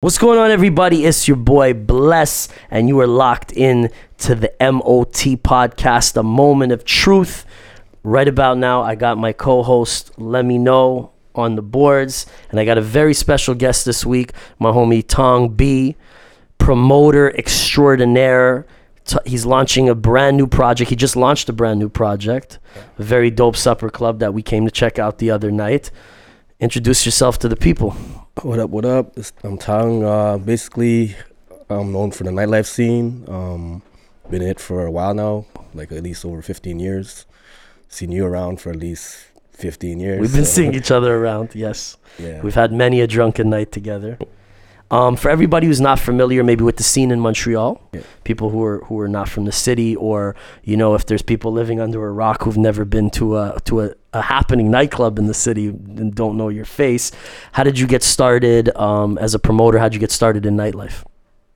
What's going on, everybody? It's your boy Bless, and you are locked in to the MOT podcast, the moment of truth. Right about now, I got my co host, Let Me Know, on the boards, and I got a very special guest this week, my homie Tong B, promoter extraordinaire. T- He's launching a brand new project. He just launched a brand new project, a very dope supper club that we came to check out the other night. Introduce yourself to the people. What up? What up? It's, I'm Tang. Uh, basically, I'm known for the nightlife scene. Um, been in it for a while now, like at least over 15 years. Seen you around for at least 15 years. We've been so, seeing each other around, yes. Yeah. We've had many a drunken night together. Um, for everybody who's not familiar, maybe with the scene in Montreal, Yeah. people who are who are not from the city, or you know, if there's people living under a rock who've never been to a to a, a happening nightclub in the city and don't know your face, how did you get started um, as a promoter? How did you get started in nightlife?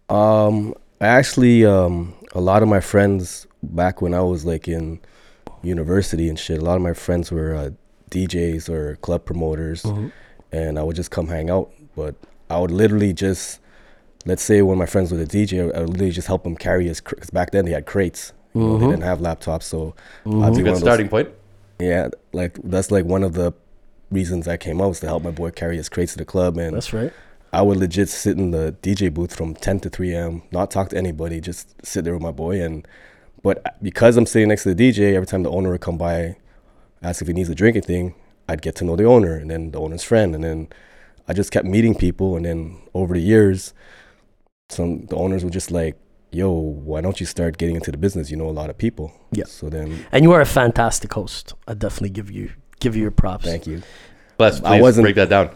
Um, I actually, um, a lot of my friends back when I was like in university and shit, a lot of my friends were uh, DJs or club promoters, and I would just come hang out. But I would literally just, let's say one of my friends was a DJ, I would literally just help him carry his, because back then they had crates. You know, they didn't have laptops, so I'd be Good one of those- starting point. yeah, like that's like one of the reasons I came out was to help my boy carry his crates to the club and That's right. I would legit sit in the DJ booth from 10 to 3 a.m., not talk to anybody, just sit there with my boy. And but because I'm sitting next to the DJ, every time the owner would come by, ask if he needs a drink or thing, I'd get to know the owner and then the owner's friend. And then I just kept meeting people. And then over the years, some the owners were just like, yo, why don't you start getting into the business? You know a lot of people. Yeah. So then, And you are a fantastic host. I definitely give you give you your props. thank you. Bless. Please I wasn't- break that down.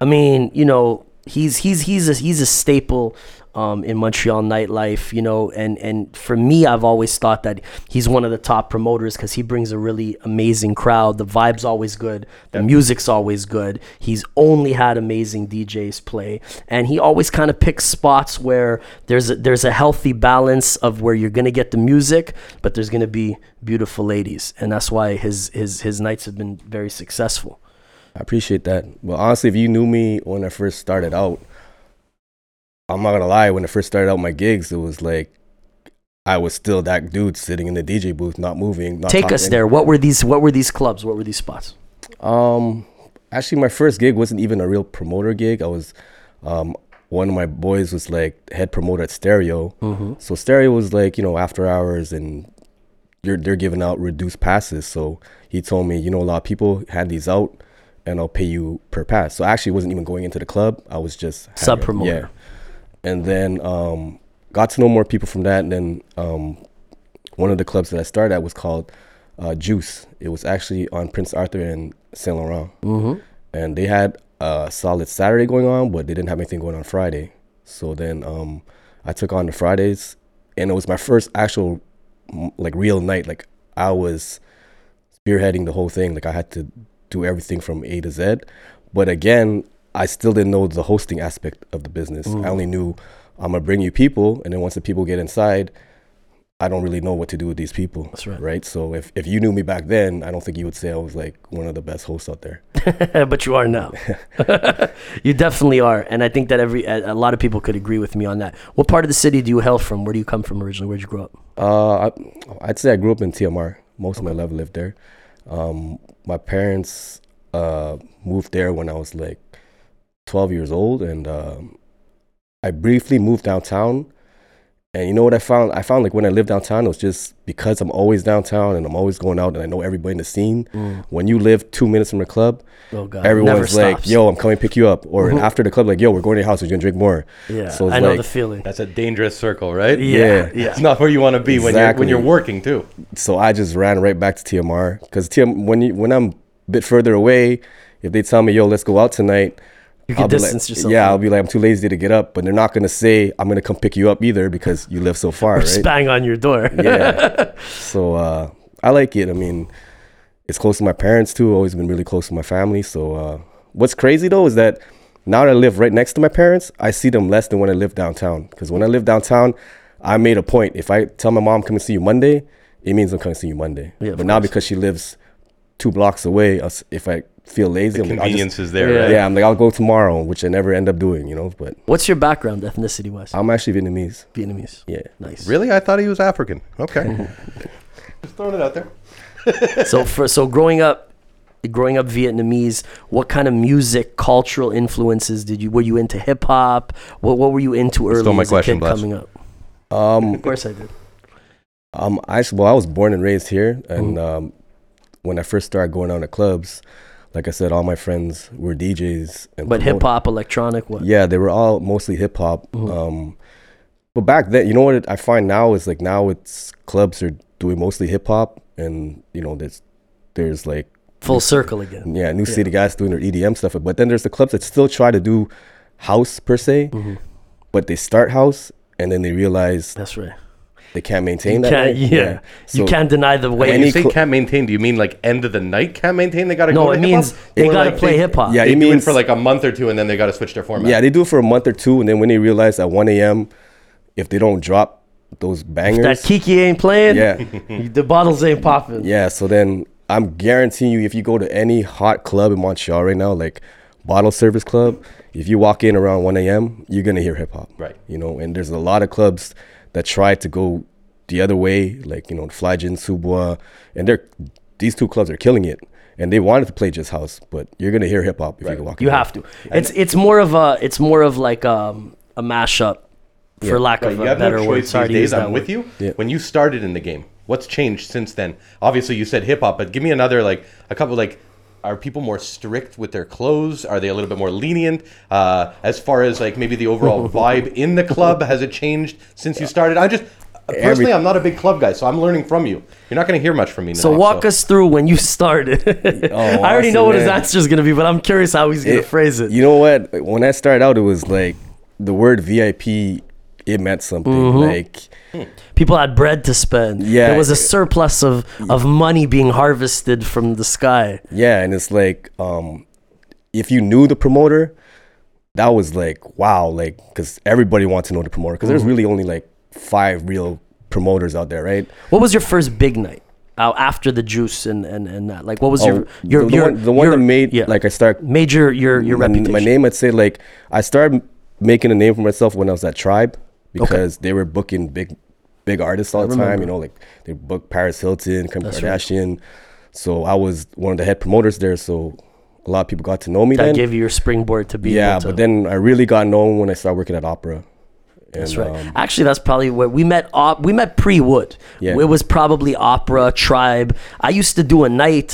I mean, you know, he's he's he's a, he's a staple um, in Montreal nightlife, you know, and and for me, I've always thought that he's one of the top promoters because he brings a really amazing crowd. The vibe's always good, the music's always good. He's only had amazing DJs play, and he always kind of picks spots where there's a, there's a healthy balance of where you're gonna get the music, but there's gonna be beautiful ladies, and that's why his his his nights have been very successful. I appreciate that. But honestly, if you knew me when I first started out, I'm not gonna lie. When I first started out my gigs, it was like I was still that dude sitting in the DJ booth, not moving. Not Take us talking. there. What were these? What were these clubs? What were these spots? Um, actually, my first gig wasn't even a real promoter gig. I was, um, one of my boys was like head promoter at Stereo. So Stereo was like you know after hours and you're they're giving out reduced passes. So he told me you know a lot of people hand these out. And I'll pay you per pass. So I actually wasn't even going into the club. I was just hanging- Sub promoter. Yeah. And then um, got to know more people from that. And then um, one of the clubs that I started at was called uh, Juice. It was actually on Prince Arthur and Saint Laurent, mm-hmm. and they had a solid Saturday going on, but they didn't have anything going on Friday. So then um, I took on the Fridays, and it was my first actual mm, like real night. Like I was spearheading the whole thing. Like I had to do everything from A to Z. But again, I still didn't know the hosting aspect of the business. I only knew I'm gonna bring you people, and then once the people get inside, I don't really know what to do with these people. That's right. Right. So if, if you knew me back then, I don't think you would say I was like one of the best hosts out there. but you are now. you definitely are, and I think that every a, a lot of people could agree with me on that. What part of the city do you hail from? Where do you come from originally? Where'd you grow up? Uh, I, I'd say I grew up in TMR. Most of my life lived there. Um, my parents uh, moved there when I was like 12 years old, and um, I briefly moved downtown. And you know what I found? I found like when I lived downtown, it was just because I'm always downtown and I'm always going out and I know everybody in the scene. Mm. When you live two minutes from the club, Oh God, never everyone's Uh, like, stops. Mm-hmm. "Yo, I'm coming pick you up," or after the club, like, "Yo, we're going to your house. We're gonna drink more." Yeah, so it's I know like- the feeling. That's a dangerous circle, right? Yeah, yeah. yeah. It's not where you want to be when Exactly. you're when you're working too. so I just ran right back to TMR because TM when you when I'm a bit further away, if they tell me yo let's go out tonight, You can I'll be like- distance yourself. Yeah, from I'll it. be like I'm too lazy to get up, but they're not gonna say I'm gonna come pick you up either because you live so far, Just right? bang on your door. yeah. So uh, I like it. I mean, it's close to my parents too. Always been really close to my family. So uh, what's crazy though is that now that I live right next to my parents, I see them less than when I live downtown. Because when I live downtown, I made a point. If I tell my mom come and see you Monday, it means I'm coming to see you Monday. Yeah, of but now course. because she lives two blocks away, us- if I feel lazy. The I'm like, I'll just- convenience is there, Yeah. right? yeah, I'm like I'll go tomorrow, which I never end up doing, you know. But What's your background, ethnicity wise? I'm actually Vietnamese. Vietnamese. Yeah. Nice. Mm-hmm. Really? I thought he was African. Okay. Just throwing it out there. so for so growing up, growing up Vietnamese, what kind of music, cultural influences did you? Were you into hip hop? What what were you into early stole my as a question, kid Blas. coming up? Of Um, course I did. um, I s- well, I was born and raised here, Mm. and um, when I first started going out to clubs, like I said, all my friends were DJs and But hip promoters. hop, electronic, what? Yeah, they were all mostly hip hop. Mhm. Um, but back then, you know what it- I find now is like now it's clubs are doing mostly hip hop, and you know there's there's like Full circle again. yeah, New City guys doing their EDM stuff. But then there's the clubs that still try to do house per se, Mm-hmm. but they start house and then they realize That's right. they can't maintain You that. can't, way. yeah. you can't deny the way. When Any you say cl- can't maintain, do you mean like end of the night can't maintain? They got to no, go to it means hip-hop? they Or gotta like play they- hip hop. Yeah, They it do it means for like a month or two, and then they got to switch their format. yeah they do it for a month or two, and then when they realize at 1 a.m. if they don't drop those That bangers, Kiki ain't playing. yeah. The bottles ain't popping. Yeah, so then I'm guaranteeing you, if you go to any hot club in Montreal right now, like Bottle Service Club, if you walk in around 1 a.m., you're gonna hear hip hop. Right. You know, and there's a lot of clubs that try to go the other way, like you know, Flygin, Subwa, and they're these two clubs are killing it, and they wanted to play just house, but you're gonna hear hip hop if you walk. You in there. have to. It's it's more of a it's more of like um, a mashup, for lack Right, of you a have no better word. choice Sorry these to use days. that I'm word. with you. Yeah. When you started in the game, what's changed since then? Obviously, you said hip hop, but give me another like a couple like. Are people more strict with their clothes? Are they a little bit more lenient uh, as far as like maybe the overall vibe in the club? Has it changed since you started? I just personally, I'm not a big club guy, so I'm learning from you. You're not going to hear much from me. So walk us through when you started. I already know what his Oh, man. answer is gonna be, but I'm curious how he's gonna It- phrase it. You know what? When I started out, it was like the word VIP, it meant something. Mm-hmm. Like People had bread to spend. Yeah. there was a surplus of of money being harvested from the sky. Yeah, and it's like um if you knew the promoter, that was like wow, like cuz everybody wants to know the promoter cuz there's Mm-hmm. really only like five real promoters out there, right? What was your first big night uh, after the juice and, and, and that? Like, what was your Oh, your the, your, the one, the one your- that made yeah, like I start major your your my, reputation? my name I'd say like I started making a name for myself when I was at Tribe because they were booking big big artists all the time, you know, like they booked Paris Hilton, Kim Kardashian. So I was one of the head promoters there, so a lot of people got to know me that then. gave you your springboard to be yeah able to, but then i really got known when i started working at opera and, That's right. um, Actually, that's probably where we met. Op- we met pre Wood. Yeah. It was probably Opera Tribe. I used to do a night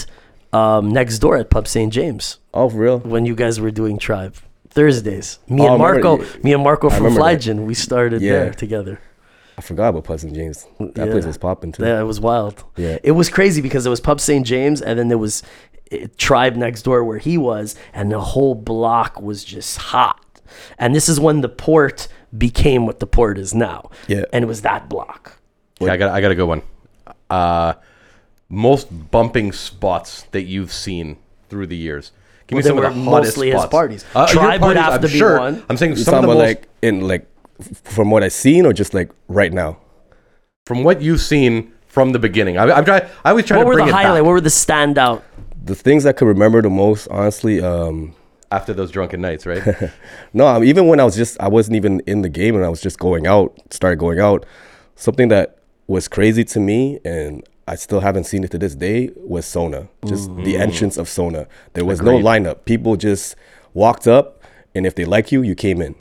um, next door at Pub St James oh for real when you guys were doing Tribe Thursdays. Me Oh, I and remember Marco, you- me and Marco from remember that. Flygen, we started Yeah. there together. i forgot about pleasant james that Yeah. place was popping too Yeah, it was wild. Yeah. It was crazy because it was Pub St. James and then there was eh, Tribe next door where he was, and the whole block was just hot. And this is when the port became what the port is now. Yeah. And it was that block. Yeah, I got I got a good one. Uh, most bumping spots that you've seen through the years. Give me Well, some of they the were hottest mostly his spots. parties. Uh, your Tribe would parties, have I'm to be sure. one. I'm saying You're some of talking the about most, like in like f- from what i've seen or just like right now from what you've seen from the beginning. I, I'm try, I always try What to were bring the it highlight? back What were the standout? the things i could remember the most honestly um after those drunken nights, right? no um, even when i was just i wasn't even in the game and i was just going out started going out something that was crazy to me and I still haven't seen it to this day was Sona. Just Mm. the entrance of Sona. There was no lineup. People just walked up, and if they like you, you came in.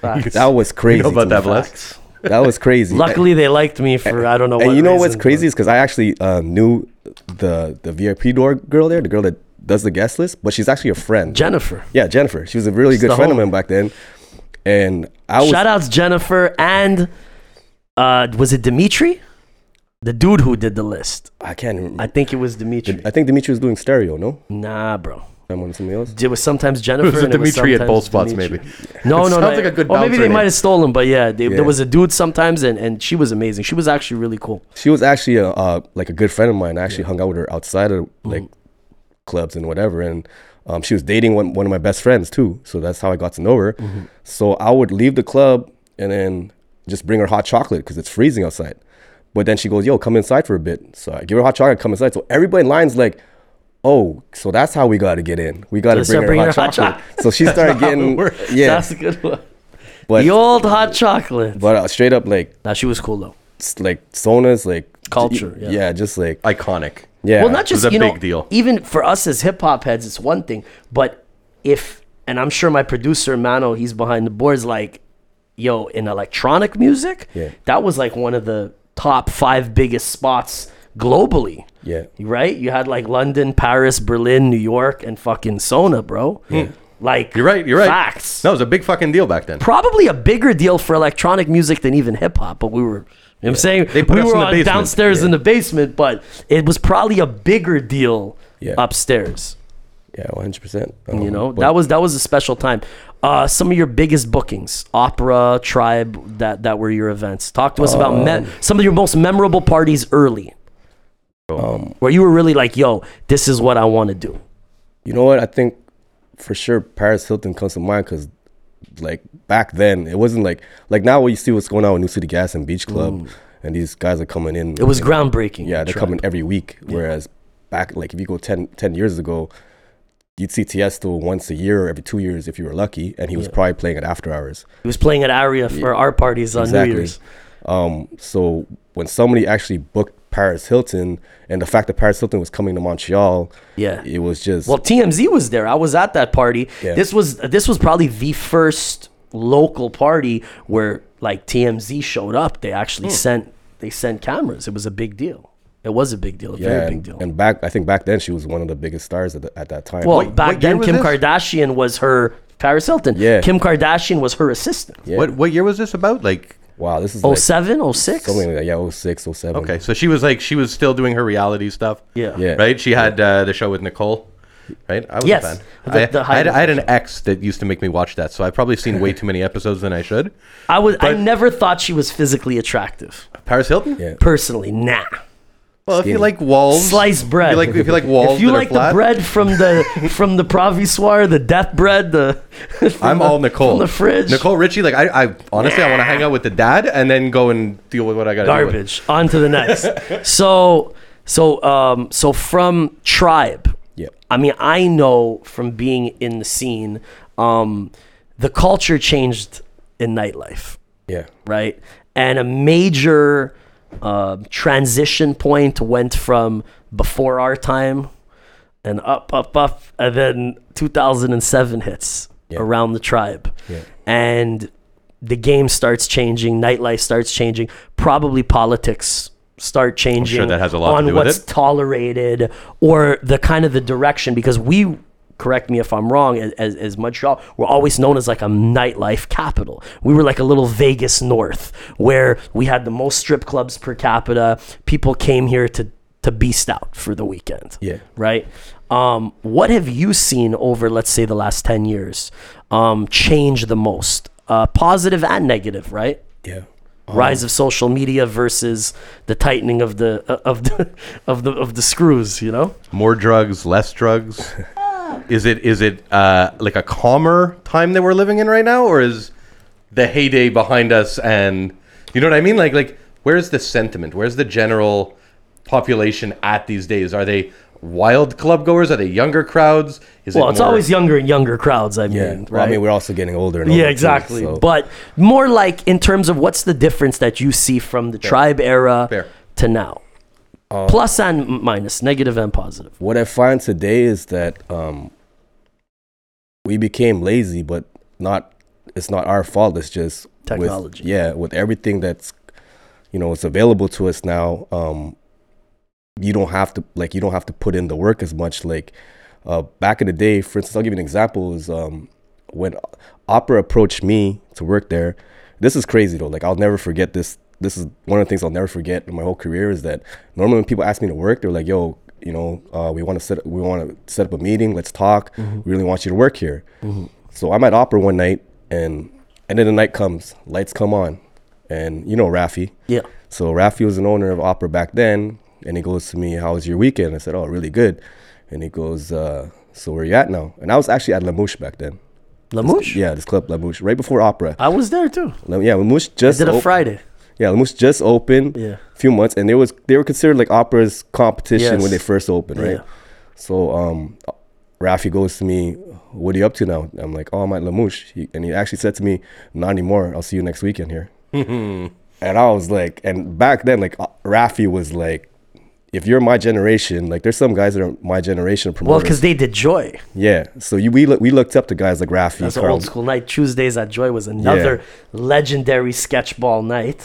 That was crazy. you know to about that, me. Bless? That was crazy. Luckily, they liked me for I don't know. and, what you know what's reason, crazy is because I actually uh, knew the the VIP door girl there, the girl that does the guest list, but she's actually a friend. but Jennifer. yeah, Jennifer. She was a really good the friend of homie. mine back then, and I was Shout outs Jennifer and uh, was it Dimitri? The dude who did the list. I can't. Remember. I think it was Dimitri. I, think Dimitri was doing stereo. No, Nah, bro. someone somebing else. It was sometimes Jennifer. It was and it was Dimitri at both sometimes spots, Dimitri. maybe. No, It no, sounds no. like a good Or maybe bouncer they name. might have stolen, but yeah, they, Yeah. there was a dude sometimes, and, and she was amazing. She was actually really cool. She was actually a, uh, like a good friend of mine. I actually hung out with her outside of like clubs and whatever. And um, she was dating one, one of my best friends too. So that's how I got to know her. So I would leave the club and then just bring her hot chocolate because it's freezing outside. But then she goes, yo, come inside for a bit. So I give her hot chocolate, come inside. So everybody in line's like, oh, so that's how we got to get in. We got to Let's bring start her, bringing hot her hot chocolate. chocolate. So she started getting yeah, That's a good one. but the old hot chocolate. but uh, straight up like now she was cool though. s- like Sona's like Culture, yeah. Yeah. just like Iconic. yeah. Well, not just was a you know, big deal. even for us as hip hop heads, it's one thing. But if and I'm sure my producer Mano, he's behind the boards, like, yo, in electronic music, Yeah. that was like one of the top five biggest spots globally. Yeah. Right? You had like London, Paris, Berlin, New York, and fucking Sona, bro. Like You're right. You're right. Facts. No, it was a big fucking deal back then. Probably a bigger deal for electronic music than even hip hop, but we were you know what I'm saying They put we us were in the on basement. downstairs in the basement, but it was probably a bigger deal Yeah. upstairs. yeah, one hundred percent. You know, that was that was a special time. Uh, some of your biggest bookings, opera, tribe, that that were your events. Talk to us about Um, me- some of your most memorable parties early, Um, where you were really like, "Yo, this is what I want to do." You know what? I think for sure Paris Hilton comes to mind because, like, back then it wasn't like like now what you see what's going on with New City Gas and Beach Club, and these guys are coming in. Mm. It was groundbreaking. yeah, they're Tribe. coming every week. Whereas back like if you go 10, 10 years ago, you'd see Tiesto once a year or every two years if you were lucky, and he was probably playing at after hours. He was playing at Aria for our parties on New Year's. Um, so when somebody actually booked Paris Hilton, and the fact that Paris Hilton was coming to Montreal, Yeah. it was just Well, TMZ was there. I was at that party. Yeah. This was this was probably the first local party where like TMZ showed up. They actually Hmm. sent they sent cameras. It was a big deal. It was a big deal. A yeah, very big and, deal. and back I think back then she was one of the biggest stars at, the, at that time. well, Like, back what year then was Kim this? Kardashian was her Paris Hilton. Yeah. Kim Kardashian was her assistant. Yeah. What what year was this about? Like wow, this is Oh like seven, oh six. something like that. Yeah, 06, 07. okay, so she was like she was still doing her reality stuff. Yeah. Yeah. Right. She had uh, the show with Nicole. Right. I was Yes. a fan. The- I, the I had, Hiding I had an ex that used to make me watch that, so I've probably seen way too many episodes than I should. I was I never thought she was physically attractive. Paris Hilton. Yeah. Personally, nah. Well, if you like walls, Sliced bread. If you like, if you like walls, If you that like are flat, the bread from the from the provisoire, the death bread, the I'm all Nicole. from the fridge. Nicole Richie. Like I, I honestly, I want to hang out with the dad and then go and deal with what I got. garbage. On to the next. so so um so from tribe. Yeah. I mean, I know from being in the scene, um, the culture changed in nightlife, Yeah. right? And a major uh, transition point went from before our time and up, up, up, and then 2007 hits around the tribe. And the game starts changing, nightlife starts changing, probably politics start changing that has a lot to on do with what's it. tolerated or the kind of the direction because we correct me if i'm wrong as, as, as montreal we're always known as like a nightlife capital we were like a little vegas north where we had the most strip clubs per capita people came here to to beast out for the weekend Yeah. right? Um, what have you seen over, let's say, the last 10 years um, change the most? Uh, positive and negative, right? Yeah. Rise of social media versus the tightening of the uh, of the of the of the screws, you know. More drugs, less drugs. is it is it uh, like a calmer time that we're living in right now, or is the heyday behind us? And you know what I mean? Like like where's the sentiment? Where's the general population at these days? Are they wild club goers? Are they younger crowds? Is Well, it's more- always younger and younger crowds. I mean, Yeah. right? Well, I mean, we're also getting older. And older yeah, too, exactly. so- But more like in terms of what's the difference that you see from the tribe era Fair. to now, plus and minus, negative and positive. um, what I find today is that um, we became lazy, but not. It's not our fault. It's just with- Technology. yeah, with everything that's you know it's available to us now. Um, you don't have to like you don't have to put in the work as much. Like uh, back in the day, for instance, I'll give you an example. Is um, when Opera approached me to work there. This is crazy though. Like I'll never forget this. This is one of the things I'll never forget in my whole career is that normally when people ask me to work, they're like, "Yo, you know, uh, we want to set we want to set up a meeting. Let's talk. We really want you to work here." So I'm at Opera one night, and and then the night comes, lights come on, and you know Rafi. Yeah. So Rafi was an owner of Opera back then, and he goes to me, "How was your weekend?" I said, "Oh, really good." And he goes, uh, "So where you at now?" And I was actually at Lamouche back then. Lamouche. Yeah, this club Lamouche, right before Opera. I was there too. Lam- yeah, Lamouche just Did a op- Friday. yeah Lamouche just opened. Yeah. few months, and they was they were considered like Opera's competition Yes. when they first opened, right? Yeah. So um, Rafi goes to me, "What are you up to now?" I'm like, "Oh, I'm at Lamouche," he, and he actually said to me, "Not anymore. I'll see you next weekend here." and I was like, and back then, like uh, Rafi was like, "If you're my generation, like there's some guys that are my generation Well, promoters." because they did Joy. yeah, so you we look, we looked up to guys like Rafi, That's an Carl- old school night. Tuesdays at Joy was another legendary sketchball night.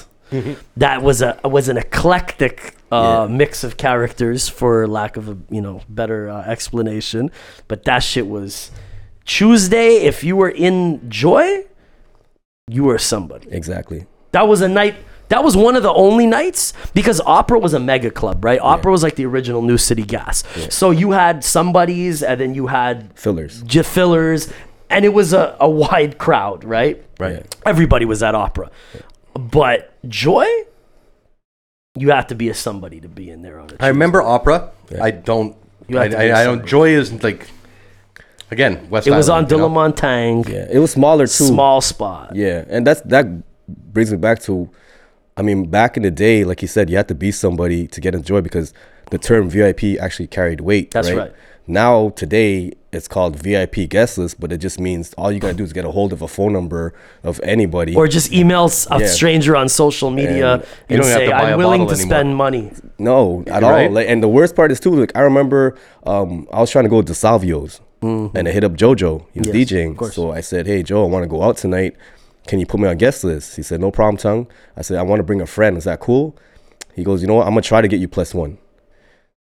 that was a was an eclectic uh, mix of characters, for lack of a you know better uh, explanation. But that shit was Tuesday. If you were in Joy, you were somebody. exactly. That was a night. That was one of the only nights because Opera was a mega club, right? Opera was like the original New City Gas. So you had somebody's, and then you had Fillers. j- fillers, and it was a, a wide crowd, right? Right. Yeah. Everybody was at opera. But Joy, you have to be a somebody to be in there on it. I remember opera. I don't. You I, have to be I, I don't. somebody. Joy is like, again, West. It was on Island, De you know? La Montagne, Yeah, it was smaller too. small spot. Yeah, and that's that brings me back to, I mean, back in the day, like you said, you had to be somebody to get enjoyed because the term VIP actually carried weight. That's right. Now today, it's called VIP guest list, but it just means all you gotta do is get a hold of a phone number of anybody. Or just email s- a Yeah. stranger on social media And and, you don't have say, to buy a I'm willing to bottle anymore." spend money. No, at Right? all. Like, and the worst part is too. Like I remember, um, I was trying to go to DeSalvio's, and I hit up JoJo. He Mm-hmm. Yes, was of DJing, course. so I said, "Hey, Joe, I want to go out tonight. Can you put me on guest list?" He said, "No problem, tongue." I said, "I want to bring a friend. Is that cool?" He goes, "You know what? I'm gonna try to get you plus one."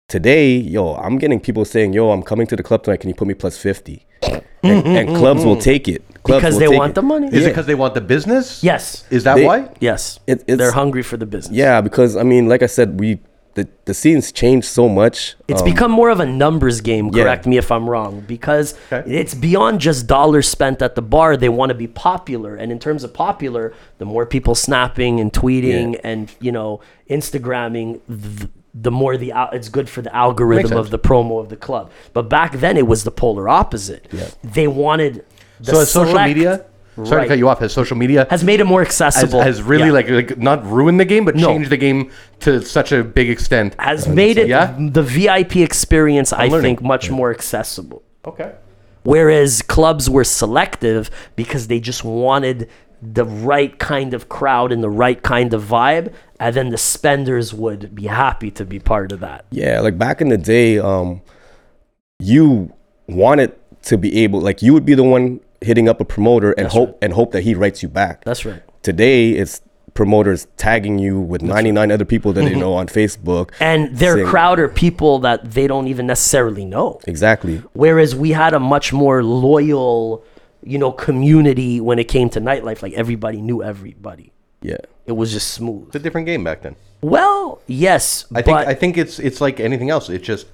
Today, yo, I'm getting people saying, "Yo, I'm coming to the club tonight. Can you put me plus 50? and, and clubs will take it clubs Mm-hmm. Because will they take want it. the money? Is it Yeah. because they want the business? Yes. Is that They- why? Yes. It- it's- They're hungry for the business. Yeah, because I mean, like I said, we the the scenes changed so much. It's um, become more of a numbers game. yeah. Correct me if I'm wrong, because Okay. it's beyond just dollars spent at the bar. They want to be popular, and in terms of popular, the more people snapping and tweeting Yeah. and you know Instagramming, th- the more the al- it's good for the algorithm of sense. the promo of the club. But back then, it was the polar opposite. They wanted the So has social select- media. Sorry Right. to cut you off. Has social media has made it more has, accessible. has really Yeah. like, like not ruined the game, but No. changed the game to such a big extent. has made it Yeah? the VIP experience. i learning. think much more accessible. Okay. Whereas clubs were selective because they just wanted the right kind of crowd and the right kind of vibe. And then the spenders would be happy to be part of that. Yeah, like back in the day, um, you wanted to be able, like you would be the one hitting up a promoter and hope and hope that he writes you back. That's right. Today, it's promoters tagging you with 99 other people that they know on Facebook. Mm-hmm. And their saying- crowd are people that they don't even necessarily know. Exactly. Whereas we had a much more loyal, you know, community when it came to nightlife. Like everybody knew everybody. Yeah. It was just It's a smooth. different game back then. Well, yes, I but think I think it's it's like anything else. It just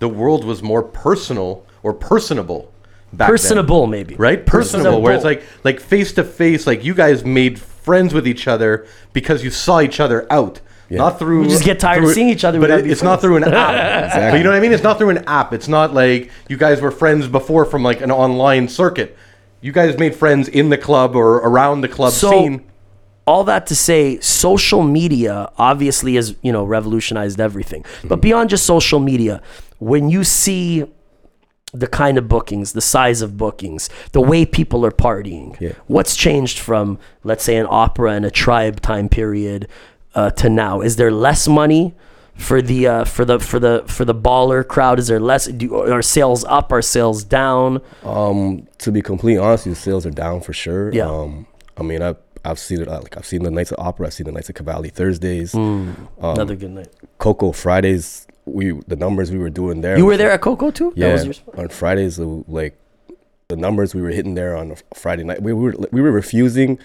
the world was more personal or personable back then. personable maybe. right personable, where it's Personable. like like face to face like you guys made friends with each other because you saw each other out not through We just get tired of through- seeing each other, we but gotta it- be it's not friends. through an app Exactly. but you know what i mean it's not through an app it's not like you guys were friends before from like an online circuit you guys made friends in the club or around the club So- scene all that to say social media obviously has you know revolutionized everything but beyond just social media when you see the kind of bookings the size of bookings the way people are partying what's changed from let's say an opera and a tribe time period uh, to now is there less money for the uh, for the for the for the baller crowd is there less do, are sales up are sales down Um, to be completely honest, your sales are down for sure. Yeah. Um, I mean, I've, I've seen it. uh, Like I've seen the nights of opera. I've seen the nights of Cavalli Thursdays. Mm, um, another good night Coco Fridays. We the numbers we were doing there. you was were there at coco too Um, Yeah, that was your spot? on Fridays, uh, like the numbers we were hitting there on a f- Friday night, we were we were refusing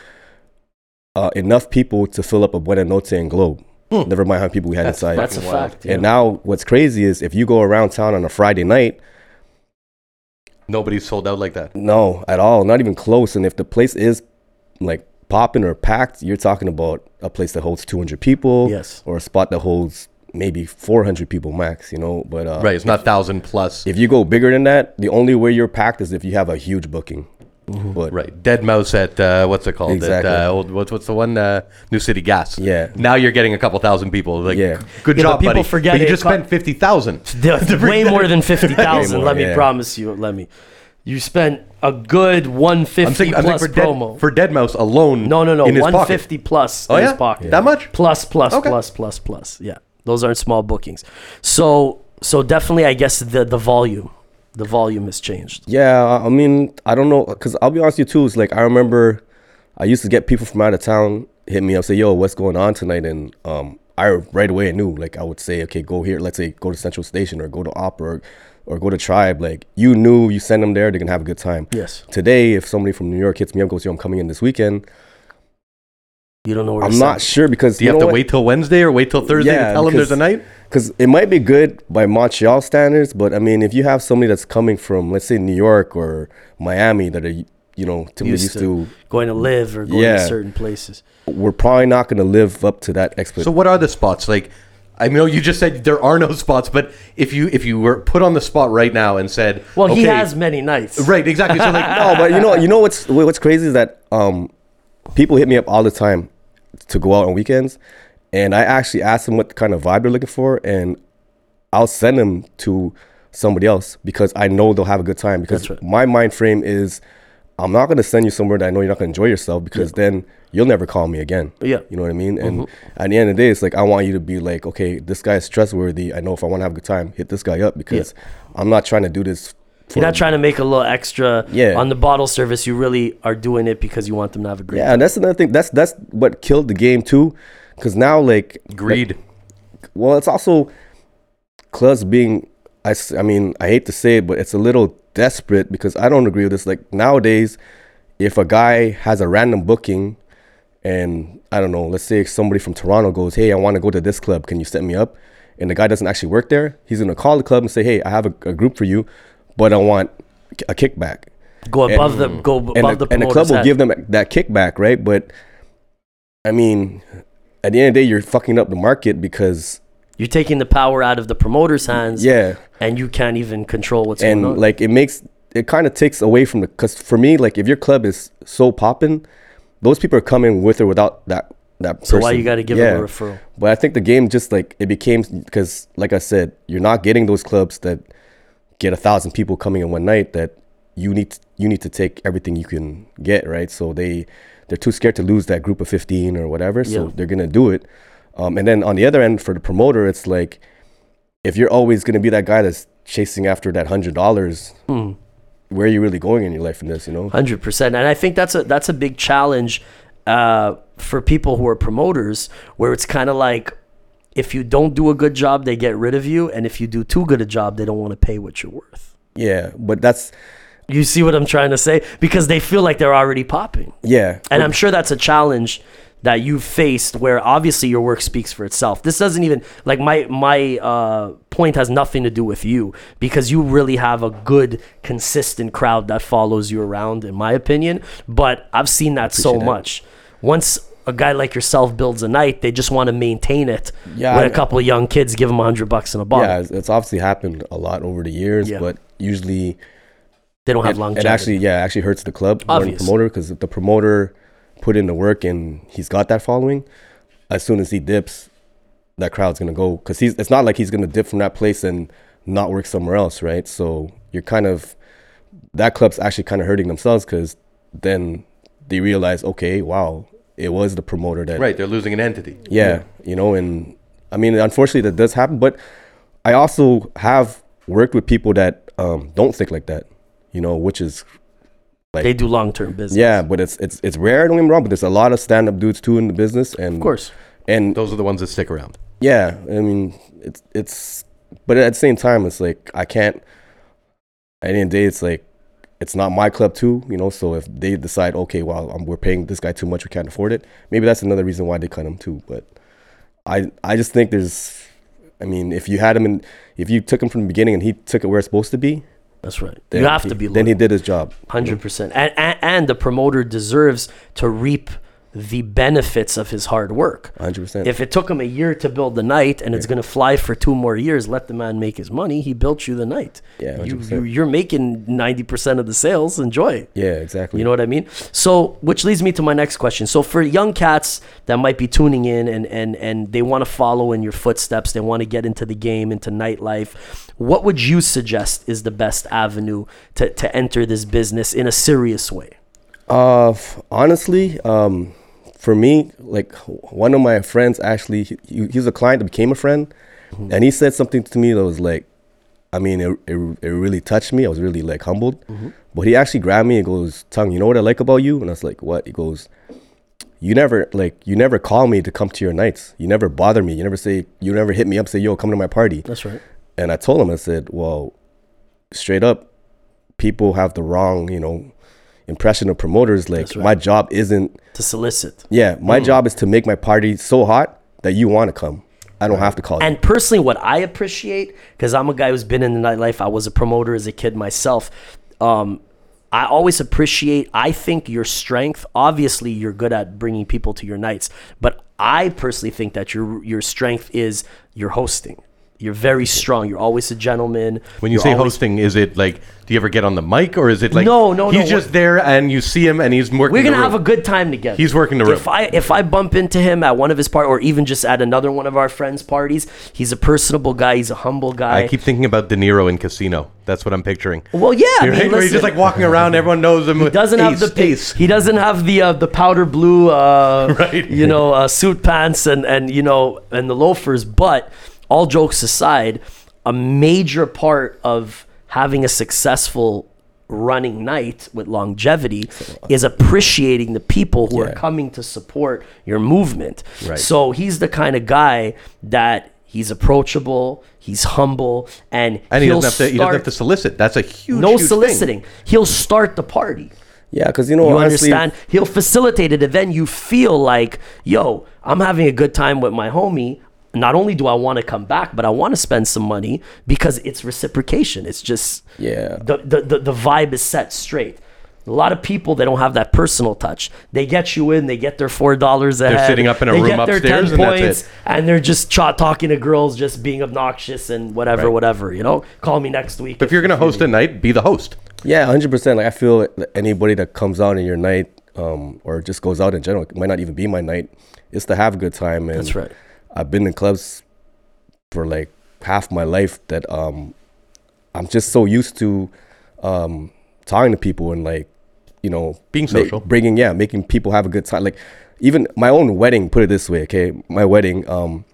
uh, enough people to fill up a Buena Noche and Globe. Never mind how many people we had inside. Hmm. that's a fucking wild. fact and now what's crazy is if you go around town on a Friday night, nobody sold out like that no, at all, not even close. And if the place is like popping or packed, you're talking about a place that holds 200 people, Yes. or a spot that holds maybe 400 people max, you know. But uh, right it's not thousand plus If you go bigger than that, the only way you're packed is if you have a huge booking. Mm-hmm. But Right, Dead Mouse at uh, what's it called? Exactly. At, uh, old, what's what's the one? Uh, New City Gas. Yeah. Now you're getting a couple thousand people. Like, Yeah. good Yeah, but job, people buddy. forget but you it just co- spent fifty thousand. way more than fifty thousand. more, let me yeah. promise you. Let me. You spent a good one I'm fifty saying, I'm saying plus for, promo. dead, for Dead Mouse alone. no, no, no. in his One pocket. fifty plus Oh in yeah? his pocket. that much. Plus, plus, Okay. plus, plus, plus. Yeah, those aren't small bookings. So, so definitely, I guess the the volume, the volume has changed. Yeah, I- I mean, I don't know, cause I'll be honest with you too. It's like I remember, I used to get people from out of town hit me up, say, "Yo, what's going on tonight?" And um, I right away knew. Like I would say, "Okay, go here. Let's say go to Central Station or go to Opera or, or go to Tribe." Like you knew, you send them there, they're gonna have a good time. Yes, Today, if somebody from New York hits me up, goes, "Yo, I'm coming in this weekend," you don't know where. to I'm send. not sure because Do you, have to wait till Wednesday or wait till Thursday to Yeah, tell them there's a because- night? Because it might be good by Montreal standards, but I mean, if you have somebody that's coming from, let's say, New York or Miami, that are you know, typically Used used, to. to going to live or going to Yeah. certain places. we're probably not going to live up to that So expectation. what are the spots like? I know you just said there are no spots, but if you if you were put on the spot right now and said, Well, he okay, has many nights. right exactly. So like, no, but you know, you know what's what's crazy is that um, people hit me up all the time to go out on weekends, and I actually ask them what kind of vibe they're looking for, and I'll send them to somebody else because I know they'll have a good time. Because That's right. my mind frame is, I'm not gonna send you somewhere that I know you're not gonna enjoy yourself because then you'll never call me again. Yeah. Mm-hmm. you know what I mean. And at the end of the day, it's like I want you to be like, okay, this guy is trustworthy. I know if I want to have a good time, hit this guy up because I'm not trying to do this. For You're not trying to make a little extra Yeah. on the bottle service. You really are doing it because you want them to have a great. Yeah, and that's another thing. That's that's what killed the game too, because now like greed. like, well, it's also clubs being. I, s- I mean, I hate to say it, but it's a little desperate because I don't agree with this. Like nowadays, if a guy has a random booking, and I don't know, let's say somebody from Toronto goes, "Hey, I want to go to this club. Can you set me up?" And the guy doesn't actually work there. He's gonna call the club and say, "Hey, I have a, a group for you, but I want a kickback." Go above And- the go above and, the the, and the club promoter's will head. give them that kickback, right? But I mean, at the end of the day, you're fucking up the market because You're taking the power out of the promoter's hands. yeah, and you can't even control what's going and on. like it makes it kind of takes away from the because for me, like if your club is so popping, those people are coming with or without that that so person. why you got to give Yeah. them a referral? But I think the game just like it became because, like I said, you're not getting those clubs that get a thousand people coming in one night. That you need you need to take everything you can get, right? So they they're too scared to lose that group of fifteen or whatever, so Yeah. they're gonna do it. Um, and then on the other end, for the promoter, it's like if you're always gonna be that guy that's chasing after that hundred dollars, Hmm. where are you really going in your life in this? You know, Hundred percent, and I think that's a that's a big challenge uh, for people who are promoters, where it's kind of like if you don't do a good job, they get rid of you, and if you do too good a job, they don't want to pay what you're worth. yeah. But that's You see what I'm trying to say? Because they feel like they're already popping, yeah. and I'm sure that's a challenge that you faced, where obviously your work speaks for itself. This doesn't even like my my uh, point has nothing to do with you because you really have a good, consistent crowd that follows you around, in my opinion. But I've seen that so Appreciate that. much. Once a guy like yourself builds a night, they just want to maintain it. Yeah, when I- a couple of young kids give them a hundred bucks in a bottle, yeah, it's, it's obviously happened a lot over the years, Yeah. but usually they don't have it, long. it actually yeah it actually hurts the club more than the Obvious. promoter because if the promoter put in the work and he's got that following as soon as he dips that crowd's gonna go because he's it's not like he's gonna dip from that place and not work somewhere else right so you're kind of that club's actually kind of hurting themselves because then they realize okay wow it was the promoter that Right, they're losing an entity. yeah, you know, and I mean, unfortunately, that does happen. But I also have worked with people that um, don't think like that, you know, which is they do long term business. yeah, but it's it's it's rare. Don't get me wrong, but there's a lot of stand-up dudes too in the business, and of course. and Those are the ones that stick around. yeah, I mean, it's it's, but at the same time, it's like I can't. At the end of the day, it's like it's not my club too, you know. So if they decide, okay, well, i we're paying this guy too much, we can't afford it. Maybe that's another reason why they cut him too. But I I just think there's, I mean, if you had him in, if you took him from the beginning and he took it where it's supposed to be, That's right. then you have he- to be. Then he did his job. Hundred percent, and, and and the promoter deserves to reap the benefits of his hard work. 100%. If it took him a year to build the night and it's going to fly for two more years, let the man make his money. He built you the night. Yeah, you, 100%. you you're making ninety percent of the sales. Enjoy. it. Yeah, exactly. You know what I mean? So, which leads me to my next question. So, for young cats that might be tuning in and and and they want to follow in your footsteps, they want to get into the game, into nightlife, what would you suggest is the best avenue to to enter this business in a serious way? Uh, f- honestly, um, for me, like one of my friends actually, he, he- he's a client that became a friend, and he said something to me that was like, I mean, it, it, it really touched me. I was really like humbled. But he actually grabbed me and goes, "Tongue, you know what I like about you?" And I was like, "What?" He goes, "You never like you never call me to come to your nights. You never bother me. You never say you never hit me up say, "Yo, come to my party." That's right. and I told him, I said, well, straight up, people have the wrong, you know, impression of promoters. Like That's right. Hmm. my job isn't, To solicit. yeah, my job is to make my party so hot that you want to come. I don't have to call you. And personally, what I appreciate, because I'm a guy who's been in the nightlife, I was a promoter as a kid myself. Um, I always appreciate, I think your strength, obviously, you're good at bringing people to your nights, but I personally think that your, your strength is your hosting. You're very strong. You're always a gentleman. When you You're say always- hosting, is it like do you ever get on the mic or is it like No, no, no, He's just there and you see him and he's working. We're the gonna have a room. good time together. He's working the room. If I if I bump into him at one of his part, or even just at another one of our friends' parties, he's a personable guy. He's a humble guy. I keep thinking about De Niro in Casino. That's what I'm picturing. well, yeah. I You're mean, right? Where he's just listen. like walking around, everyone knows him. He doesn't have the pace. he doesn't have the uh, the powder blue uh, Right. you know uh, suit pants and and you know and the loafers but all jokes aside a major part of having a successful running night with longevity is appreciating the people who are Yeah. coming to support your movement Right. so he's the kind of guy that he's approachable he's humble and, And he he'll doesn't, have to, he doesn't start have to solicit. That's a huge no huge thing. soliciting he'll start the party Yeah, because you know, you honestly, understand? He'll facilitate it, and then you feel like, yo, I'm having a good time with my homie. Not only do I want to come back, but I want to spend some money because it's reciprocation. It's just Yeah. The, the the the vibe is set straight. A lot of people they don't have that personal touch. They get you in, they get their four dollars ahead. sitting up in a they room get their upstairs 10 and that's points, it. and they're just chat talking to girls, just being obnoxious and whatever, Right. whatever. You know, call me next week. But if you're going to host a night, be the host. yeah, 100%. Like I feel that anybody that comes out in your night um, or just goes out in general, it might not even be my night, is to have a good time. And That's right. I've been in clubs for like half my life that um I'm just so used to um talking to people and like you know Being ma- social. bringing yeah making people have a good time like even my own wedding put it this way okay my wedding um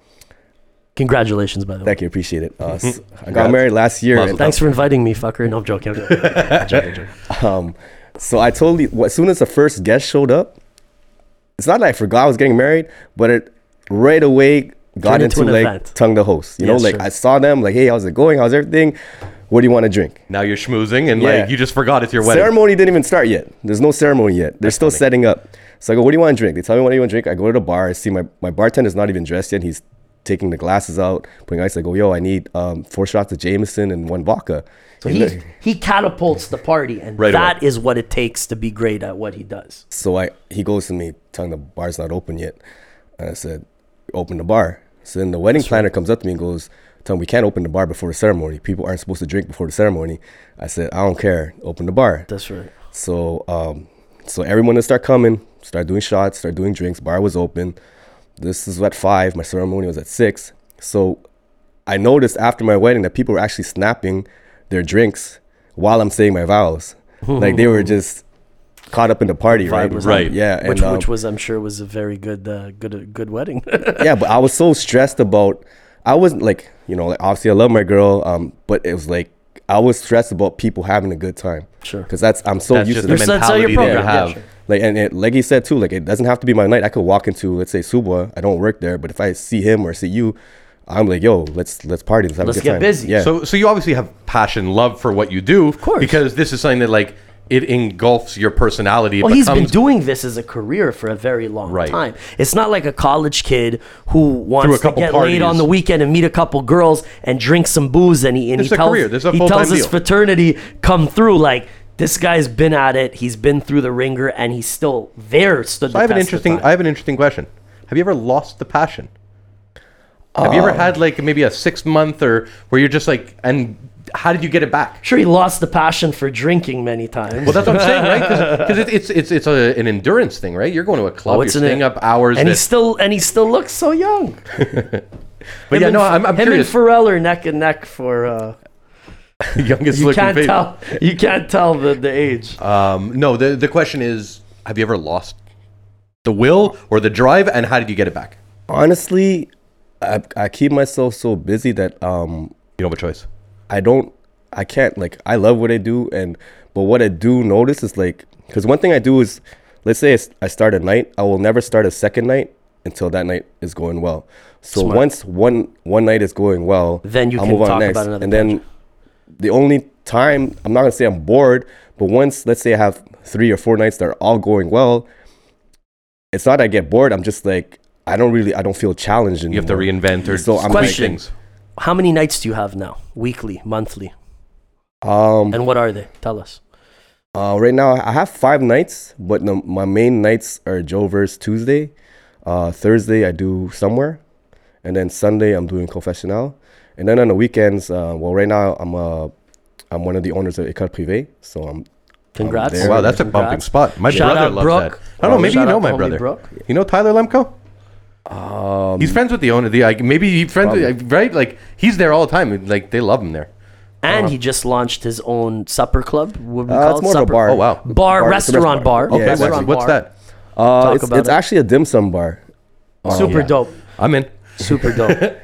Congratulations, by the way. thank you appreciate it uh, s- I got married last year Mazel and, Thanks for inviting me, fucker. No, I'm joking. I'm joking. I'm joking, I'm joking. um so I totally well, as soon as the first guest showed up it's not that I forgot I was getting married but it right away got Turned into into, an like event. tongue the host you know Yes, like sure. I saw them like hey how's it going how's everything what do you want to drink Now you're schmoozing and Yeah. like you just forgot it's your wedding. Ceremony didn't even start yet. There's no ceremony yet. They're still setting up. So I go, what do you want to drink? They tell me what do you want to drink. I go to the bar. I see my, my bartender's not even dressed yet. He's taking the glasses out, putting ice. I go, yo, I need um, four shots of Jameson and one vodka. So And he the- he catapults the party, and that Right is away. what it takes to be great at what he does. so I he goes to me, telling the bar's not open yet. And I said, open the bar. So then the wedding planner comes up to me and goes, tell him we can't open the bar before the ceremony. People aren't supposed to drink before the ceremony. I said, I don't care. Open the bar. That's right. So um, so everyone to start coming, start doing shots, start doing drinks. Bar was open. This is at five. My ceremony was at six. So I noticed after my wedding that people were actually snapping their drinks while I'm saying my vows. like they were just caught up in the party, Vibe right? was Right. up. Yeah. And, which um, which was, I'm sure, was a very good uh, good good wedding. yeah, but I was so stressed about. I wasn't like you know like obviously I love my girl, um, but it was like I was stressed about people having a good time. Sure. Because that's I'm so That's used just to the Your son- so your mentality that you program, yeah, have. sure. Like and it, like he said too, like it doesn't have to be my night. I could walk into let's say Subwa. I don't work there, but if I see him or see you, I'm like, yo, let's let's party, let's have Let's a good get time. busy. Yeah, So, so you obviously have passion, love for what you do, of course. because this is something that like it engulfs your personality. It well, he's been becomes- doing this as a career for a very long Right. time. It's not like a college kid who Through a wants to couple get laid on parties. the weekend and meet a couple girls and drink some booze and he and It's he a tells career. This is a he full-time tells his deal. fraternity come through like This guy's been at it. He's been through the ringer, and he's still there. Stood. So I have an interesting. I have an interesting question. Have you ever lost the passion? Have you Oh. ever had like maybe a six month or where you're just like, and how did you get it back? sure he lost the passion for drinking many times. Well, that's what I'm saying, right? Because it, it's it's it's a, an endurance thing, right? You're going to a Oh, club, you're it's an- staying up hours, and that- he still and he still looks so young. but yeah, and, no, I'm, I'm him curious. and Pharrell are neck and neck for. Uh, Youngest you looking can't face. tell. You can't tell the, the age. Um, no, the the question is, have you ever lost the will or the drive, and how did you get it back? Honestly, I, I keep myself so busy that um You don't have a choice. I don't I can't like I love what I do and but what I do notice is like because one thing I do is let's say I s- I start a night I will never start a second night until that night is going well. So Smart. once one one night is going well, Then you can talk about another and then the only time I'm not gonna say I'm bored, but once let's say I have three or four nights that are all going well, it's not I get bored. I'm just like I don't really I don't feel challenged anymore. You have to reinvent or So I'm tweak Question. things. How many nights do you have now? Weekly, monthly, Um, and what are they? Tell us. Uh, right now I have five nights, but the, my main nights are Jovers Tuesday, uh, Thursday I do somewhere, and then Sunday I'm doing confessional, and then on the weekends, uh, well right now I'm uh, I'm one of the owners of Ecole Privée, so I'm Congrats. there. Oh, wow, that's a bumping Congrats. spot. My Shout brother out loves Brooke. that. I don't know. Maybe Shout you know out my to homie brother. Brooke. You know Tyler Lemko? he's friends with the owner. The like, maybe he friends with, right? Like he's there all the time. Like they love him there. And he just launched his own supper club. What we Uh, call it's it? more of a supper. bar. Oh, wow. Bar, It's a restaurant bar. Yeah, Okay, exactly. restaurant what's bar. that? Uh, it's about it's it. actually a dim sum bar. Super Oh, yeah. dope. I'm in. Super dope.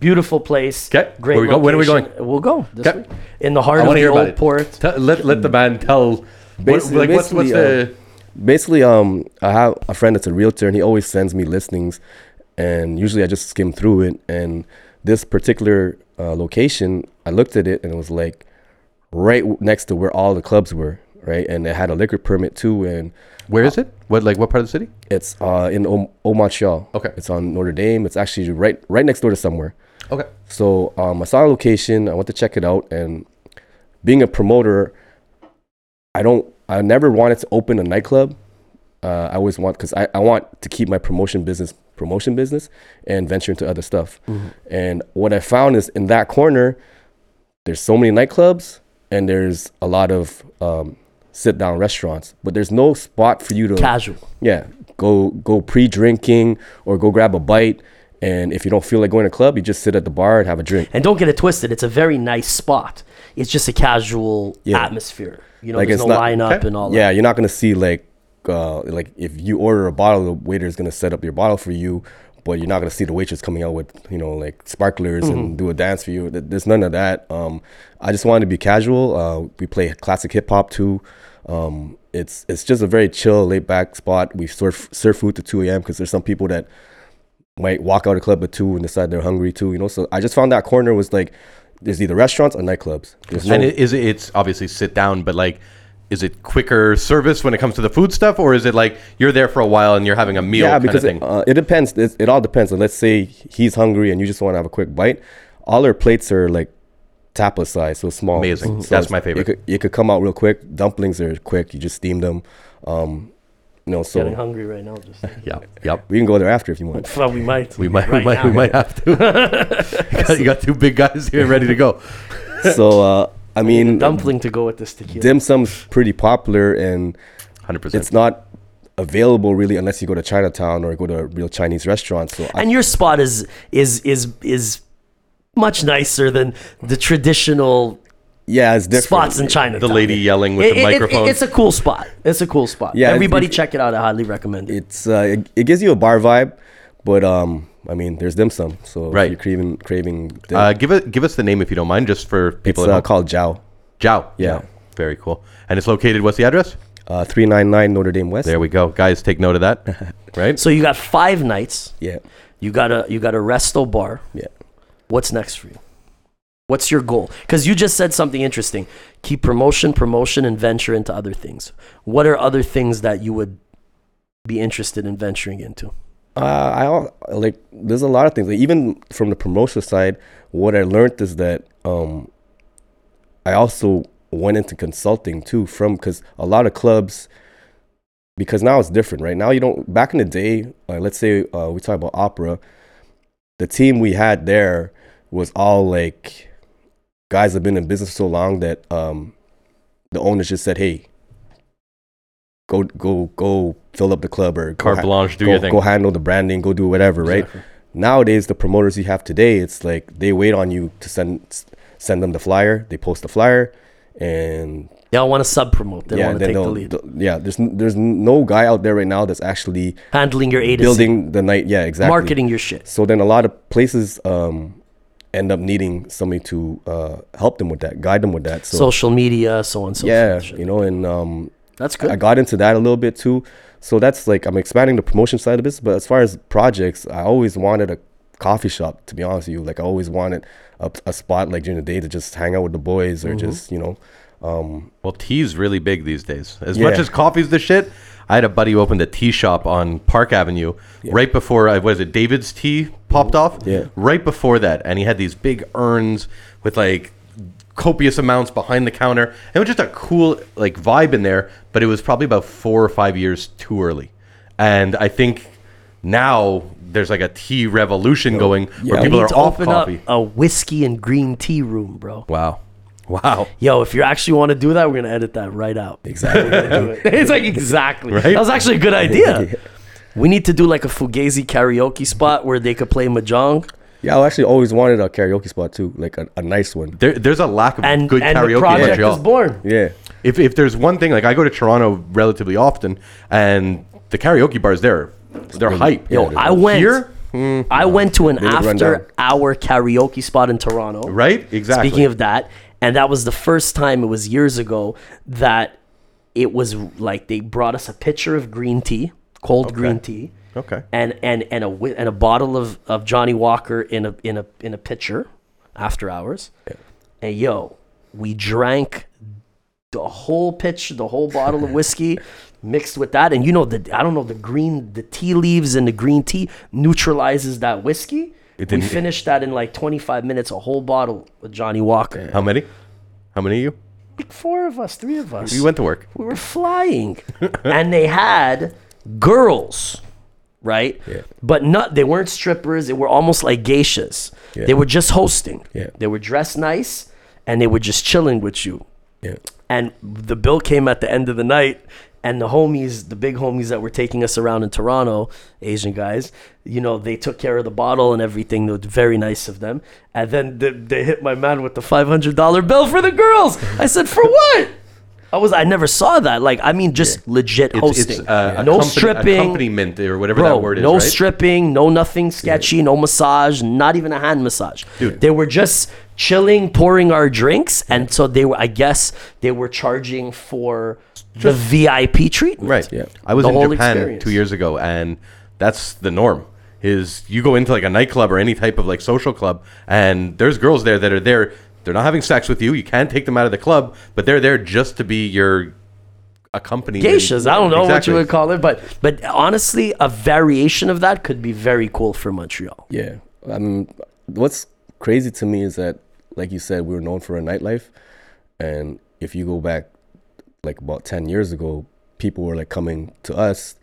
Beautiful place. 'Kay. Great. Where we go- when are we location. We'll go this 'Kay. week. In the I heart of want the to hear about old it. port. Tell- let let the man tell. What, Basically- like what's, what's basically, the? Basically, um, I have a friend that's a realtor, and he always sends me listings, and usually I just skim through it. And this particular uh, location, I looked at it, and it was like right w- next to where all the clubs were, right? And it had a liquor permit too, and Where is it? What like what part of the city? it's uh, in Om- Montreal. Okay. it's on Notre Dame. It's actually right right next door to somewhere. Okay. So um, I saw a location. I went to check it out, and being a promoter, I don't. I never wanted to open a nightclub. Uh, I always want because I, I want to keep my promotion business promotion business and venture into other stuff. Mm-hmm. And what I found is in that corner, there's so many nightclubs and there's a lot of um, sit down restaurants, but there's no spot for you to Casual. yeah, go go pre-drinking or go grab a bite. And if you don't feel like going to club, you just sit at the bar and have a drink. And don't get it twisted. It's a very nice spot. It's just a casual Yeah. atmosphere. You know, Like, there's it's no not- lineup Okay. and all Yeah, you're not gonna see like uh, like if you order a bottle, the waiter is gonna set up your bottle for you, but you're not gonna see the waitress coming out with you know like sparklers and do a dance for you. Th- There's none of that. Um, I just wanted to be casual. Uh, we play classic hip hop too. Um, it's it's just a very chill, laid back spot. We surf surf food to 2 a.m. because there's some people that might walk out of club at two and decide they're hungry too. You know, so I just found that corner was like there's either restaurants or nightclubs. There's And no- it, is it, it's obviously sit down, but like, is it quicker service when it comes to the food stuff, or is it like you're there for a while and you're having a meal? yeah, kind because of thing? it, uh, it depends. It, it all depends. And let's say he's hungry and you just want to have a quick bite. All our plates are like tapas size, so small. Amazing. So That's it's- my favorite. It could, it could come out real quick. Dumplings are quick. You just steam them. Um, you know, that. Getting so hungry right now. Just yeah, yep. we can go there after if you want. well, we might. We might, we Right might, we now. might have to. you, got, you got two big guys here ready to go. so uh, I mean, Dumpling to go with this tequila. dim sum's pretty popular and Hundred percent. it's not available really unless you go to Chinatown or go to a real Chinese restaurant. So I, and your spot is is is is much nicer than the traditional yeah, it's different. spots in China. The lady yelling with the microphone. it's a cool spot. It's a cool spot. Yeah, Yeah, it- everybody it- check it out. I highly recommend it. it's uh, it, it gives you a bar vibe, but um, I mean, there's dim sum, so if Right. you're craving craving. Dim, uh, give it, give us the name if you don't mind, just for people. it's at uh, home. called Jiao, Jiao. Yeah. Jiao. Very cool. And it's located. What's the address? uh, three nine nine Notre Dame West. There we go, guys. Take note of that. Right. So you got five nights. Yeah, You got a you got a resto bar. yeah. What's next for you? What's your goal? Because you just said something interesting. Keep promotion, promotion, and venture into other things. What are other things that you would be interested in venturing into? Uh, I al- like there's a lot of things. Like, even from the promotional side, what I learned is that um, I also went into consulting too from because a lot of clubs because now it's different right now you don't back in the day uh, let's say uh, we talk about opera the team we had there was all like guys have been in business so long that um, the owners just said hey go go go fill up the club or go Carte ha- blanche, do go, your thing. go handle the branding go do whatever right nowadays the promoters you have today it's like they wait on you to send send them the flyer they post the flyer and They all want to sub promote. They want to then take the they'll- lead. th- yeah there's n- there's n- no guy out there right now that's actually Handling your A to Z, building the night yeah exactly marketing your shit. so then a lot of places um end up needing somebody to uh help them with that guide them with that so, social media, so on and so yeah forth. Shit. you know and um That's I good. got into that a little bit too. So that's like I'm expanding the promotion side of this, but as far as projects, I always wanted a coffee shop. To be honest with you, like I always wanted a, a spot like during the day to just hang out with the boys or just you know. Um, Well, tea's really big these days. As Yeah. much as coffee's the shit, I had a buddy who opened a tea shop on Park Avenue right before I was it David's Tea popped off. Yeah. Right before that, and he had these big urns with like copious amounts behind the counter. It was just a cool like vibe in there, but it was probably about four or five years too early. And I think now there's like a tea revolution going where yeah. We people need are to off open coffee. up a whiskey and green tea room, bro. Wow. Wow. Yo, if you actually want to do that, we're gonna edit that right out. Exactly. it's like exactly. Right? That was actually a good idea. We need to do like a fugazi karaoke spot where they could play mahjong yeah, I actually always wanted a karaoke spot too, like a, a nice one. There, there's a lack of and good and karaoke the in project Montreal. is born. Yeah, If, if there's one thing, like I go to Toronto relatively often, and the karaoke bars there, they're hype. Yo, I went. Here, Mm. I went to an Made it run down. after hour karaoke spot in Toronto. right? Exactly. Speaking of that, and that was the first time it was years ago that it was like they brought us a pitcher of green tea, cold green tea. Okay. And and and a wi- and a bottle of, of Johnny Walker in a in a in a pitcher after hours. And yo, we drank the whole pitch, the whole bottle of whiskey mixed with that. And you know, the I don't know, the green, the tea leaves and the green tea neutralizes that whiskey. we didn't- finished that in like 25 minutes, a whole bottle with Johnny Walker. how many? How many of you? Like four of us, three of us. You went to work. we were flying. and they had girls, right? Yeah. But not they weren't strippers, they were almost like geishas. Yeah. They were just hosting. Yeah. They were dressed nice and they were just chilling with you. yeah. And the bill came at the end of the night, and the homies, the big homies that were taking us around in Toronto, Asian guys, you know, they took care of the bottle and everything. It was very nice of them. And then they, they hit my man with the five hundred dollar bill for the girls. I said, for what? I was I never saw that. Like I mean, just legit It's, hosting, it's uh, a no company- stripping. accompaniment or whatever Bro, that word is. no right? stripping, no nothing sketchy, no massage, not even a hand massage. Dude. They were just chilling, pouring our drinks, and so they were. I guess they were charging for the VIP treatment. Right. Yeah. I was The in whole Japan experience. two years ago, and that's the norm. Is you go into like a nightclub or any type of like social club, and there's girls there that are there. They're not having sex with you. You can't take them out of the club, but they're there just to be your accompaniment. Geishas. I don't know what you Exactly. would call it, but but honestly, a variation of that could be very cool for Montreal. Yeah. I mean, what's crazy to me is that, like you said, we were known for our nightlife. And if you go back like about 10 years ago, people were like coming to us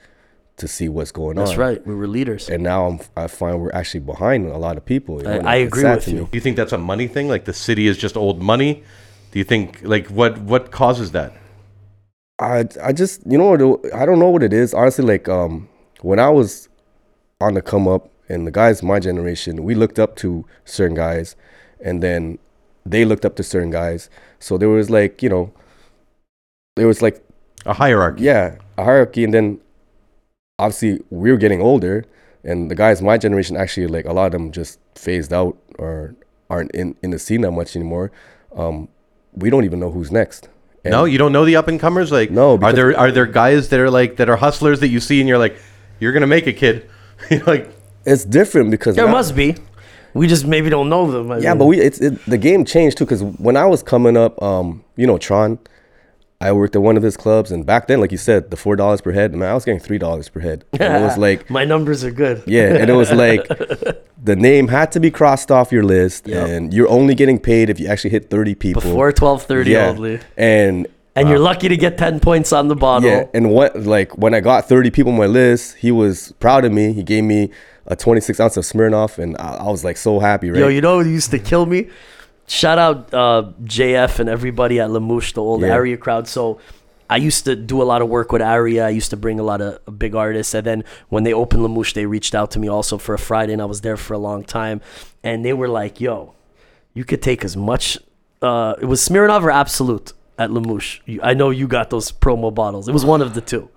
to see what's going on. That's right. We were leaders. And now I'm, I find we're actually behind a lot of people. you I- know, and I it's agree sad with to you. me. Do you think that's a money thing? Like the city is just old money? Do you think like what what causes that? I, I just, you know, what I don't know what it is. Honestly, like um, when I was on the come up and the guys my generation, we looked up to certain guys and then they looked up to certain guys. So there was like, you know, there was like A hierarchy. yeah, a hierarchy, and then obviously we were getting older, and the guys my generation actually like a lot of them just phased out or aren't in in the scene that much anymore. Um, we don't even know who's next. And No, you don't know the up and comers. Like No, are because- there are there guys that are like that are hustlers that you see and you're like, you're gonna make it, kid. You're like it's different because There now- must be. We just maybe don't know them. I yeah, mean, but we it's it, the game changed too because when I was coming up, um, you know Tron. I worked at one of his clubs, and back then, like you said, the four dollars per head. Man, I was getting three dollars per head. And it was like, my numbers are good. yeah, and it was like, the name had to be crossed off your list, Yep. and you're only getting paid if you actually hit 30 people before twelve thirty Yeah. only, And and you're lucky to get ten points on the bottle. yeah, and what like when I got 30 people on my list, he was proud of me. He gave me a 26 ounce of Smirnoff, and I, I was like so happy, right? Yo, you know who used to kill me? Shout out uh, JF and everybody at Lamouche, the old Yeah. Aria crowd. So I used to do a lot of work with Aria. I used to bring a lot of uh, big artists. And then when they opened Lamouche, they reached out to me also for a Friday, and I was there for a long time. And they were like, yo, you could take as much. Uh, it was Smirnoff or Absolute at Lamouche. You- I know you got those promo bottles. It was one of the two.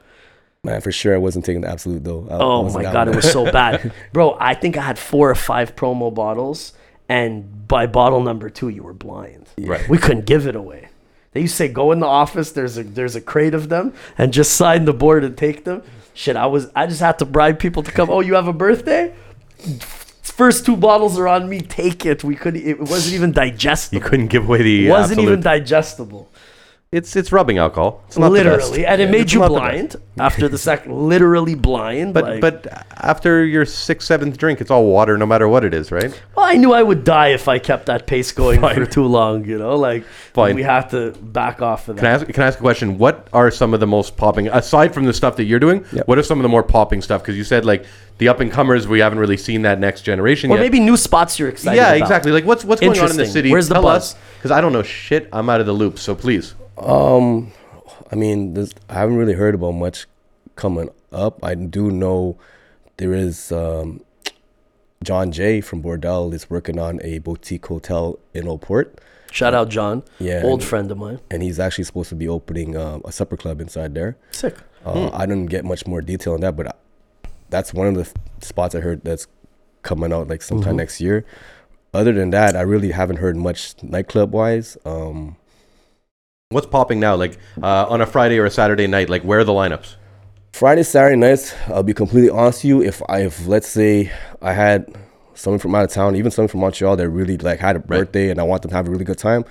Man, for sure, I wasn't taking the absolute though. I, I Oh my wasn't that god, one. it was so bad, bro. I think I had four or five promo bottles, and by bottle number two, you were blind. Right. We couldn't give it away. They used to say, "Go in the office. There's a there's a crate of them, and just sign the board and take them." Shit, I was I just had to bribe people to come. Oh, you have a birthday? First two bottles are on me. Take it. We could. It wasn't even digestible. You couldn't give away the it wasn't absolute. even digestible. it's it's rubbing alcohol. It's not the best. literally, and it Yeah, made it's you not the blind after the second. Literally blind. But like- but after your sixth seventh drink, it's all water, no matter what it is, right? Well, I knew I would die if I kept that pace going for too long, you know? Like, Fine. we have to back off of Can I that. ask? Can I ask a question? What are some of the most popping aside from the stuff that you're doing? What are some of the more popping stuff? Because you said like the up and comers, we haven't really seen that next generation Or yet. maybe new spots you're excited yeah, about. exactly. Like what's what's going on in the Interesting. city? Where's the Tell buzz? us, because I don't know shit. I'm out of the loop. So please, Um, I mean, there's, I haven't really heard about much coming up. I do know there is um, John Jay from Bordeaux is working on a boutique hotel in Old Port, Shout out John, Yeah, old and- friend of mine. and he's actually supposed to be opening um, a supper club inside there. Sick. Uh, I didn't get much more detail on that, but I, that's one of the f- spots I heard that's coming out like sometime next year. Other than that, I really haven't heard much nightclub wise. Um, what's popping now? Like uh, on a Friday or a Saturday night, like where are the lineups? Friday, Saturday nights, I'll be completely honest with you. If I, if let's say I had someone from out of town, even someone from Montreal that really like had a birthday and I want them to have a really good time,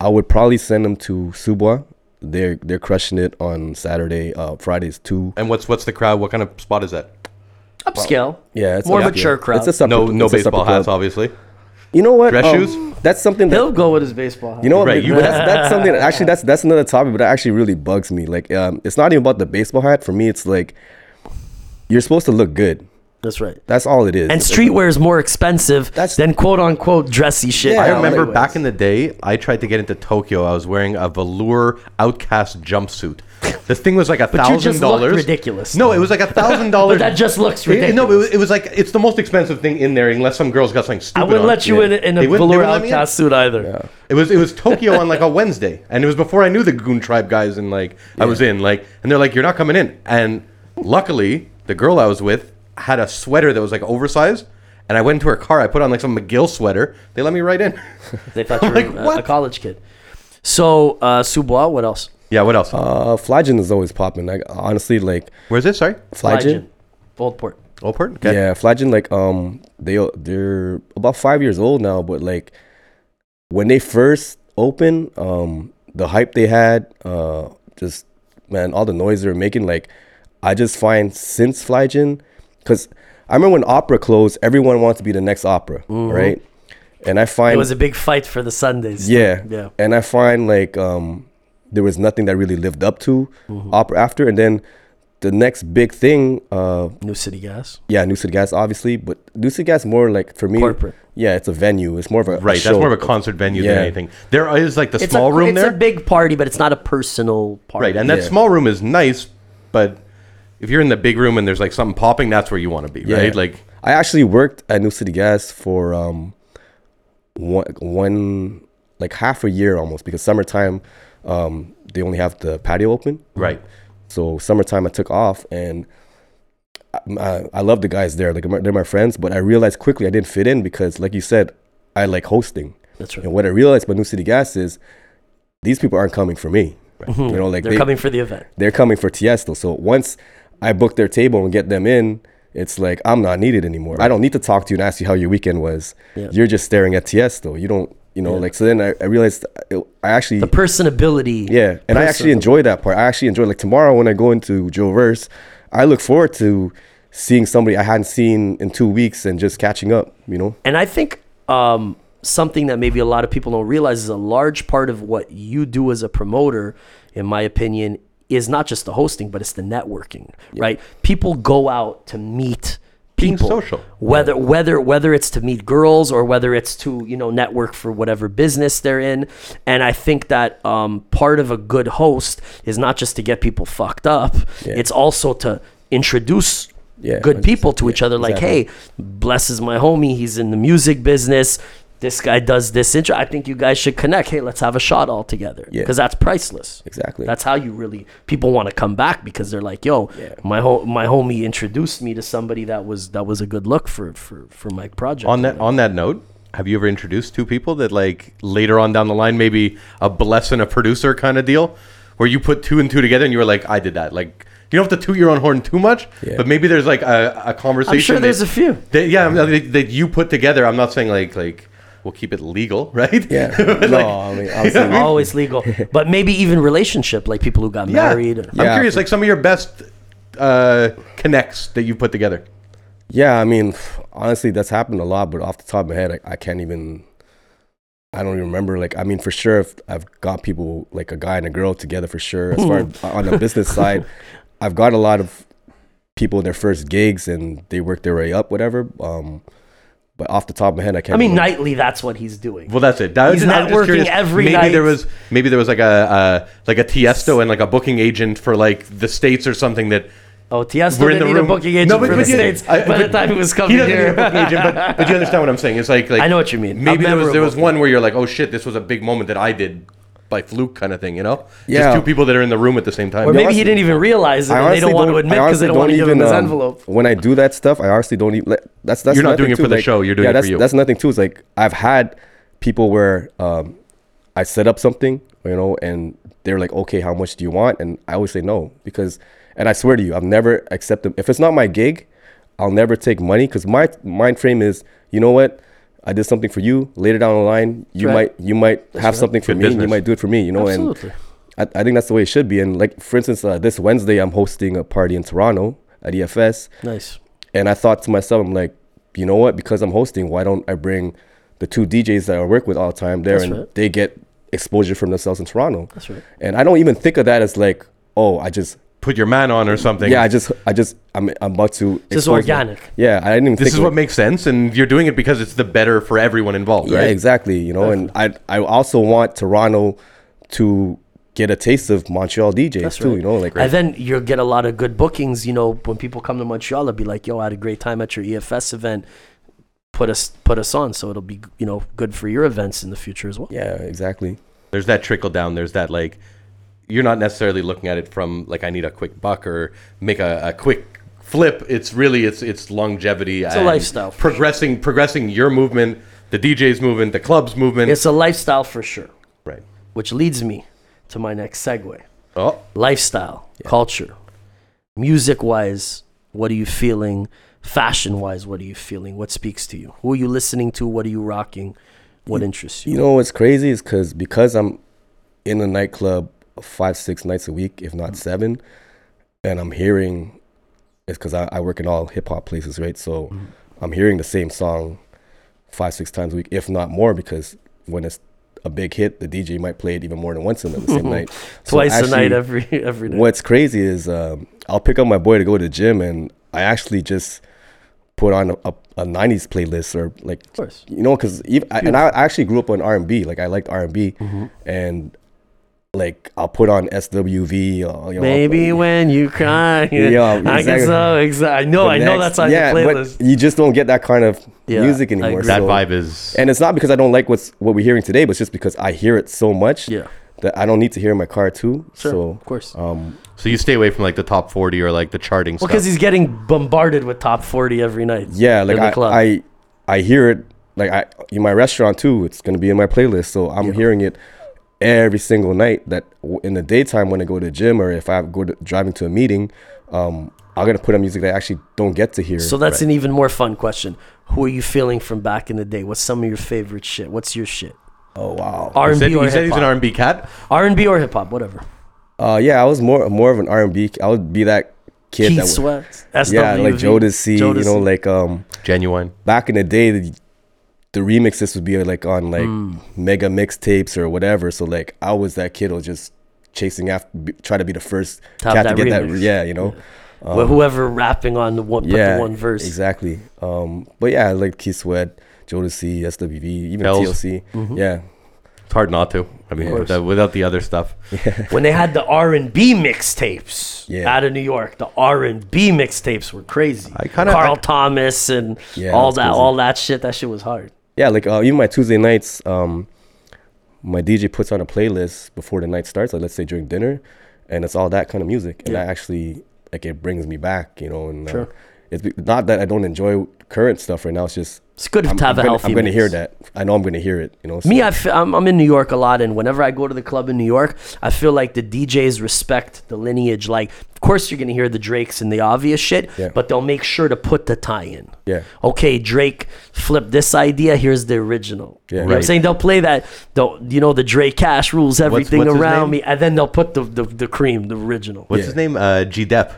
I would probably send them to Subwa. They're they're crushing it on Saturday. Uh, Fridays too. And what's what's the crowd? What kind of spot is that? Upscale. Yeah, it's More up- mature yeah. crowd. It's a supper, No no it's a supper baseball hats, club. obviously. You know what? Dress Um, shoes? That's something that He'll go with his baseball hat. You know what? Right, you- that's, that's something. That actually, that's that's another topic, but that actually really bugs me. Like, um, it's not even about the baseball hat. For me, it's like you're supposed to look good. That's right. That's all it is. And It's- streetwear is more expensive That's- than quote unquote dressy shit. Yeah, I Yeah, remember Anyways. back in the day, I tried to get into Tokyo. I was wearing a velour outcast jumpsuit. This thing was like a you just thousand looked dollars. ridiculous. No, it was like a thousand dollars. that just looks It- it- No, it ridiculous. was, it was like it's the most expensive thing in there, unless some girls got something I stupid. wouldn't on. let you in, in a They wouldn't- they velour wouldn't let me in. outcast suit either. It was it was Tokyo on like a Wednesday, and it was before I knew the Goon Tribe guys, and like I was in like, and they're like, "You're not coming in." And luckily, the girl I was with had a sweater that was like oversized, and I went into her car. I put on like some McGill sweater. They let me right in. They thought you were Like, a- a, what? college kid. So, uh, Subwa, what else? yeah. What else? Uh, Flagen is always popping. Like honestly, like Where's this? Sorry, Flagen. Legend. Old Port. Old Port. Okay. Yeah, Flagen. Like um, they they're about five years old now, but like when they first opened, um, the hype they had, uh, just man, all the noise they were making. Like I just find since Flagen, because I remember when Opera closed, everyone wanted to be the next Opera, right? And I find Mm-hmm. It was a big fight for the Sundays. yeah. Yeah. And I find like um, there was nothing that really lived up to Mm-hmm. opera after. And then the next big thing, uh, New City Gas. yeah, New City Gas, obviously, but New City Gas more like for me, Corporate. Yeah, it's a venue. It's more of a a Right. That's show. more of a concert venue Yeah. than anything. There is like the It's small a, room it's there. a big party, but it's not a personal party. right. And that Yeah. small room is nice, but if you're in the big room and there's like something popping, that's where you want to be. Yeah. Right. Like. I actually worked at New City Gas for um, one one like half a year almost because summertime um, they only have the patio open. Right. So summertime, I took off, and I, I, I love the guys there. Like my- they're my friends, but I realized quickly I didn't fit in because, like you said, I like hosting. That's right. And what I realized about New City Gas is these people aren't coming for me. You know, like They're they, coming for the event. they're coming for Tiesto. So once I book their table and get them in, it's like I'm not needed anymore. I don't need to talk to you and ask you how your weekend was. Yeah. You're just staring at Tiesto. You don't, you know, like so. Then I, I realized I, I actually The personability. yeah, and I Personable. actually enjoy that part. I actually enjoy like tomorrow when I go into Joe Verse, I look forward to seeing somebody I hadn't seen in two weeks and just catching up, you know? And I think um, something that maybe a lot of people don't realize is a large part of what you do as a promoter, in my opinion, is not just the hosting, but it's the networking, right? People go out to meet people social. whether whether whether it's to meet girls or whether it's to you know network for whatever business they're in and i think that um, part of a good host is not just to get people fucked up it's also to introduce Yeah, good 100%. people to each other like exactly. hey bless is my homie he's in the music business this guy does this intro i think you guys should connect hey let's have a shot all together Yeah. because that's priceless Exactly. that's how you really people want to come back because they're like, "Yo, my ho- my homie introduced me to somebody that was that was a good look for for for my project." On that on that note, have you ever introduced two people that like later on down the line, maybe a bless and a producer kind of deal, where you put two and two together and you were like, I did that. Like you don't have to toot your own horn too much, Yeah. but maybe there's like a, a conversation. I'm sure there's a that, few. that- yeah, I'm- that, that you put together. I'm not saying like like we'll keep it legal, right? Yeah. But, no, like, I mean, obviously, Always legal, but maybe even relationship, like people who got yeah. married. I'm or- Yeah. curious, like some of your best uh, connects that you put together. Yeah, I mean, honestly, that's happened a lot, but off the top of my head, I, I can't even. I don't even remember. Like, I mean, for sure, if I've got people like a guy and a girl together for sure. As far as, on the business side, I've got a lot of people in their first gigs and they work their way up, whatever. Um, but off the top of my head, I can't. I mean, remember. nightly, that's what he's doing. Well, that's it. That, He's I'm just networking curious. every maybe night. there was maybe there was like a uh, like a Tiesto and like a booking agent for like the states or something that oh, Tiesto we're didn't in the need room. a booking agent for the you- states I- by the but time he was he coming doesn't need a here. booking agent, but, but you understand what I'm saying? It's like, like I know what you mean. Maybe I've there was never there was booked one where you're like, oh shit, this was a big moment that I did by fluke kind of thing, you know? Yeah. Just two people that are in the room at the same time. Or maybe honestly- he didn't even realize it, I and they honestly don't want to admit I because they honestly don't want to give him his um, envelope. When I do that stuff, I honestly don't even. Like, that's that's You're not doing nothing it too, for the like- show, you're doing yeah, it for that's, you. That's nothing too. It's like I've had people where um, I set up something, you know, and they're like, "Okay, how much do you want?" And I always say no because, and I swear to you, I've never accepted. If it's not my gig, I'll never take money because my mind frame is, you know what. I did something for you. Later down the line, you right. might you might have something for Good me. And you business. might do it for me. You know, Absolutely. and I, I think that's the way it should be. And like for instance, uh, this Wednesday I'm hosting a party in Toronto at EFS, Nice. and I thought to myself, I'm like, you know what? Because I'm hosting, why don't I bring the two DJs that I work with all the time there, That's and right. they get exposure from themselves in Toronto. That's right. And I don't even think of that as like, oh, I just Put your man on or something. yeah, I just I just I'm I'm about to. Just expose my- organic. Yeah, I didn't even. this think is of what it. makes sense, and you're doing it because it's the better for everyone involved, Yeah, right? exactly. You know, and I I also want Toronto to get a taste of Montreal DJs too. You know, like and then you'll get a lot of good bookings. You know, when people come to Montreal, they'll be like, "Yo, I had a great time at your EFS event. Put us put us on." So it'll be you know good for your events in the future as well. yeah, exactly. There's that trickle down. There's that like, you're not necessarily looking at it from like I need a quick buck or make a, a quick flip. It's really it's it's longevity. It's a lifestyle, for Progressing progressing your movement, the DJ's movement, the club's movement. It's a lifestyle for sure, Right. which leads me to my next segue: Oh, lifestyle, culture, music wise. What are you feeling? Fashion wise, what are you feeling? What speaks to you? Who are you listening to? What are you rocking? What interests you? You know what's crazy is because because I'm in a nightclub five six nights a week, if not Mm-hmm. seven, and I'm hearing it's because I, I work in all hip hop places, right? So Mm-hmm. I'm hearing the same song five six times a week, if not more, because when it's a big hit, the DJ might play it even more than once in the same night. So Twice a night, actually, every every day. What's crazy is um, I'll pick up my boy to go to the gym, and I actually just put on a, a, a '90s playlist or like, course. you know, because and I actually grew up on R&B. Like I liked R&B, Mm-hmm. and like I'll put on SWV. uh, you know, Maybe when you cry, Yeah, I get exactly. so excited. I know, the Oh, I know next- that's on yeah, your but playlist. you just don't get that kind of Yeah, music I anymore. agree. that so- vibe is. and it's not because I don't like what's what we're hearing today, but it's just because I hear it so much Yeah. that I don't need to hear it in my car too. Sure, so of course. Um, so you stay away from like the top forty or like the charting Well, stuff. because he's getting bombarded with top forty every night. Yeah, in like the I, club. I I hear it like I in my restaurant too. It's gonna be in my playlist, so I'm hearing it every single night. That w- in the daytime when I go to the gym or if I go to, driving to a meeting, um, I'm gonna put on music that I actually don't get to hear. so that's an even more fun question. Who are you feeling from back in the day? What's some of your favorite shit? What's your shit? oh wow. R He and said, B or he said hip he's an hop? R&B cat. R and B or hip hop, whatever. Uh, yeah, I was more more of an R&B. I would be that kid Keith that was Sweat. SWV. yeah, like Jodeci, you know, like um Genuine. back in the day the, the remixes would be like on like Hmm. mega mixtapes or whatever. So like I was that kid who was just chasing after be, try to be the first To have cat to that get that remix. yeah, you know. Wh- Uh, whoever rapping on the one, put yeah, the one verse. Exactly. Um, but yeah, I like Keith Sweat, Jodeci, SWV, even Bells. TLC. Mm-hmm. Yeah, It's hard not to. I mean, course. without, without the other stuff. When they had the R and B mixtapes Yeah. out of New York, the R and B mixtapes were crazy. I kinda- Carl I- Thomas and Yeah, all that's that, crazy. all that shit. That shit was hard. yeah. Like uh, even my Tuesday nights, um, my DJ puts on a playlist before the night starts. Like let's say during dinner, and it's all that kind of music, and that actually like it brings me back, you know. And uh, Sure. it's be- not that I don't enjoy current stuff right now. It's just It's good I'm, to have I'm a gonna, healthy. I'm gonna hear mix. that. I know I'm gonna hear it. You know. So, Me, I fe- I'm, I'm in New York a lot, and whenever I go to the club in New York, I feel like the DJs respect the lineage. Like, of course, you're gonna hear the Drakes and the obvious shit, Yeah. but they'll make sure to put the tie in. Yeah. Okay, Drake flipped this idea. Here's the original. Yeah. You know what I'm Right. saying they'll play that. They'll, you know, the Drake Cash rules everything what's his around name? me, and then they'll put the the, the cream, the original. What's his name? Uh, G Dep.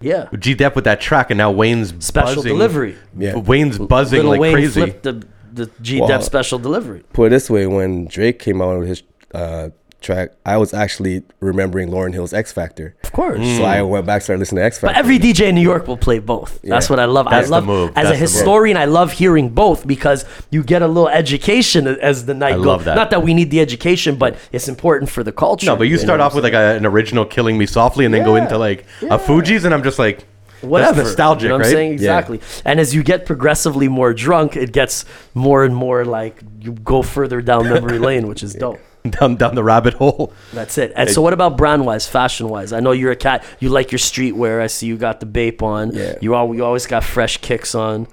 Yeah. G Dep with that track, and now Wayne's Special buzzing- delivery. Yeah. Wayne's buzzing Little like Wayne crazy. flipped the the G Wow. Dep special delivery. put it this way: when Drake came out with his uh, track, I was actually remembering Lauren Hill's X Factor. Of course. So I went back, started listening to X Factor. Mm. But every DJ in New York will play both. That's Yeah. what I love. I That's the love move. as That's the a move. historian. I love hearing both because you get a little education a- as the night I goes. love that. Not that we need the education, but it's important for the culture. No, but you start off with like a, an original "Killing Me Softly" and then go into like a Fuji's, and I'm just like, whatever. That's nostalgic, you know what right? I'm saying? Exactly. And as you get progressively more drunk, it gets more and more like you go further down memory lane, which is dope. Down down the rabbit hole. That's it. And so, what about brand wise, fashion wise? I know you're a cat. You like your streetwear. I see you got the bape on. Yeah. You all you always got fresh kicks on.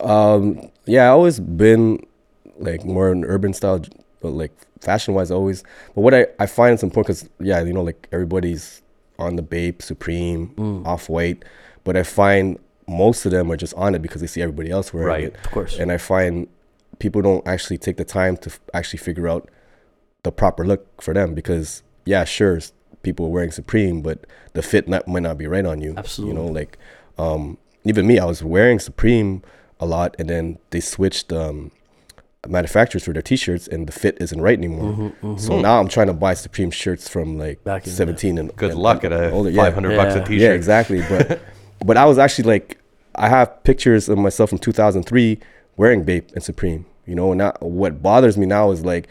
Um, yeah, I always been like more an urban style, but like fashion wise, always. But what I, I find it's important because yeah, you know, like everybody's on the Bape, Supreme, Mm. Off White, but I find most of them are just on it because they see everybody else wearing Right, it. of course. And I find people don't actually take the time to f- actually figure out the proper look for them because yeah, sure, s- people are wearing Supreme, but the fit not, might not be right on you. Absolutely. You know, like um, even me, I was wearing Supreme a lot, and then they switched um, manufacturers for their T-shirts, and the fit isn't right anymore. So now I'm trying to buy Supreme shirts from like Mm-hmm, Back in the- 17 and Good and- luck at and a older. Yeah. 500 bucks Yeah. a t-shirt. Yeah, exactly. But but I was actually like, I have pictures of myself from 2003 wearing Bape and Supreme. You know, and that, what bothers me now is like,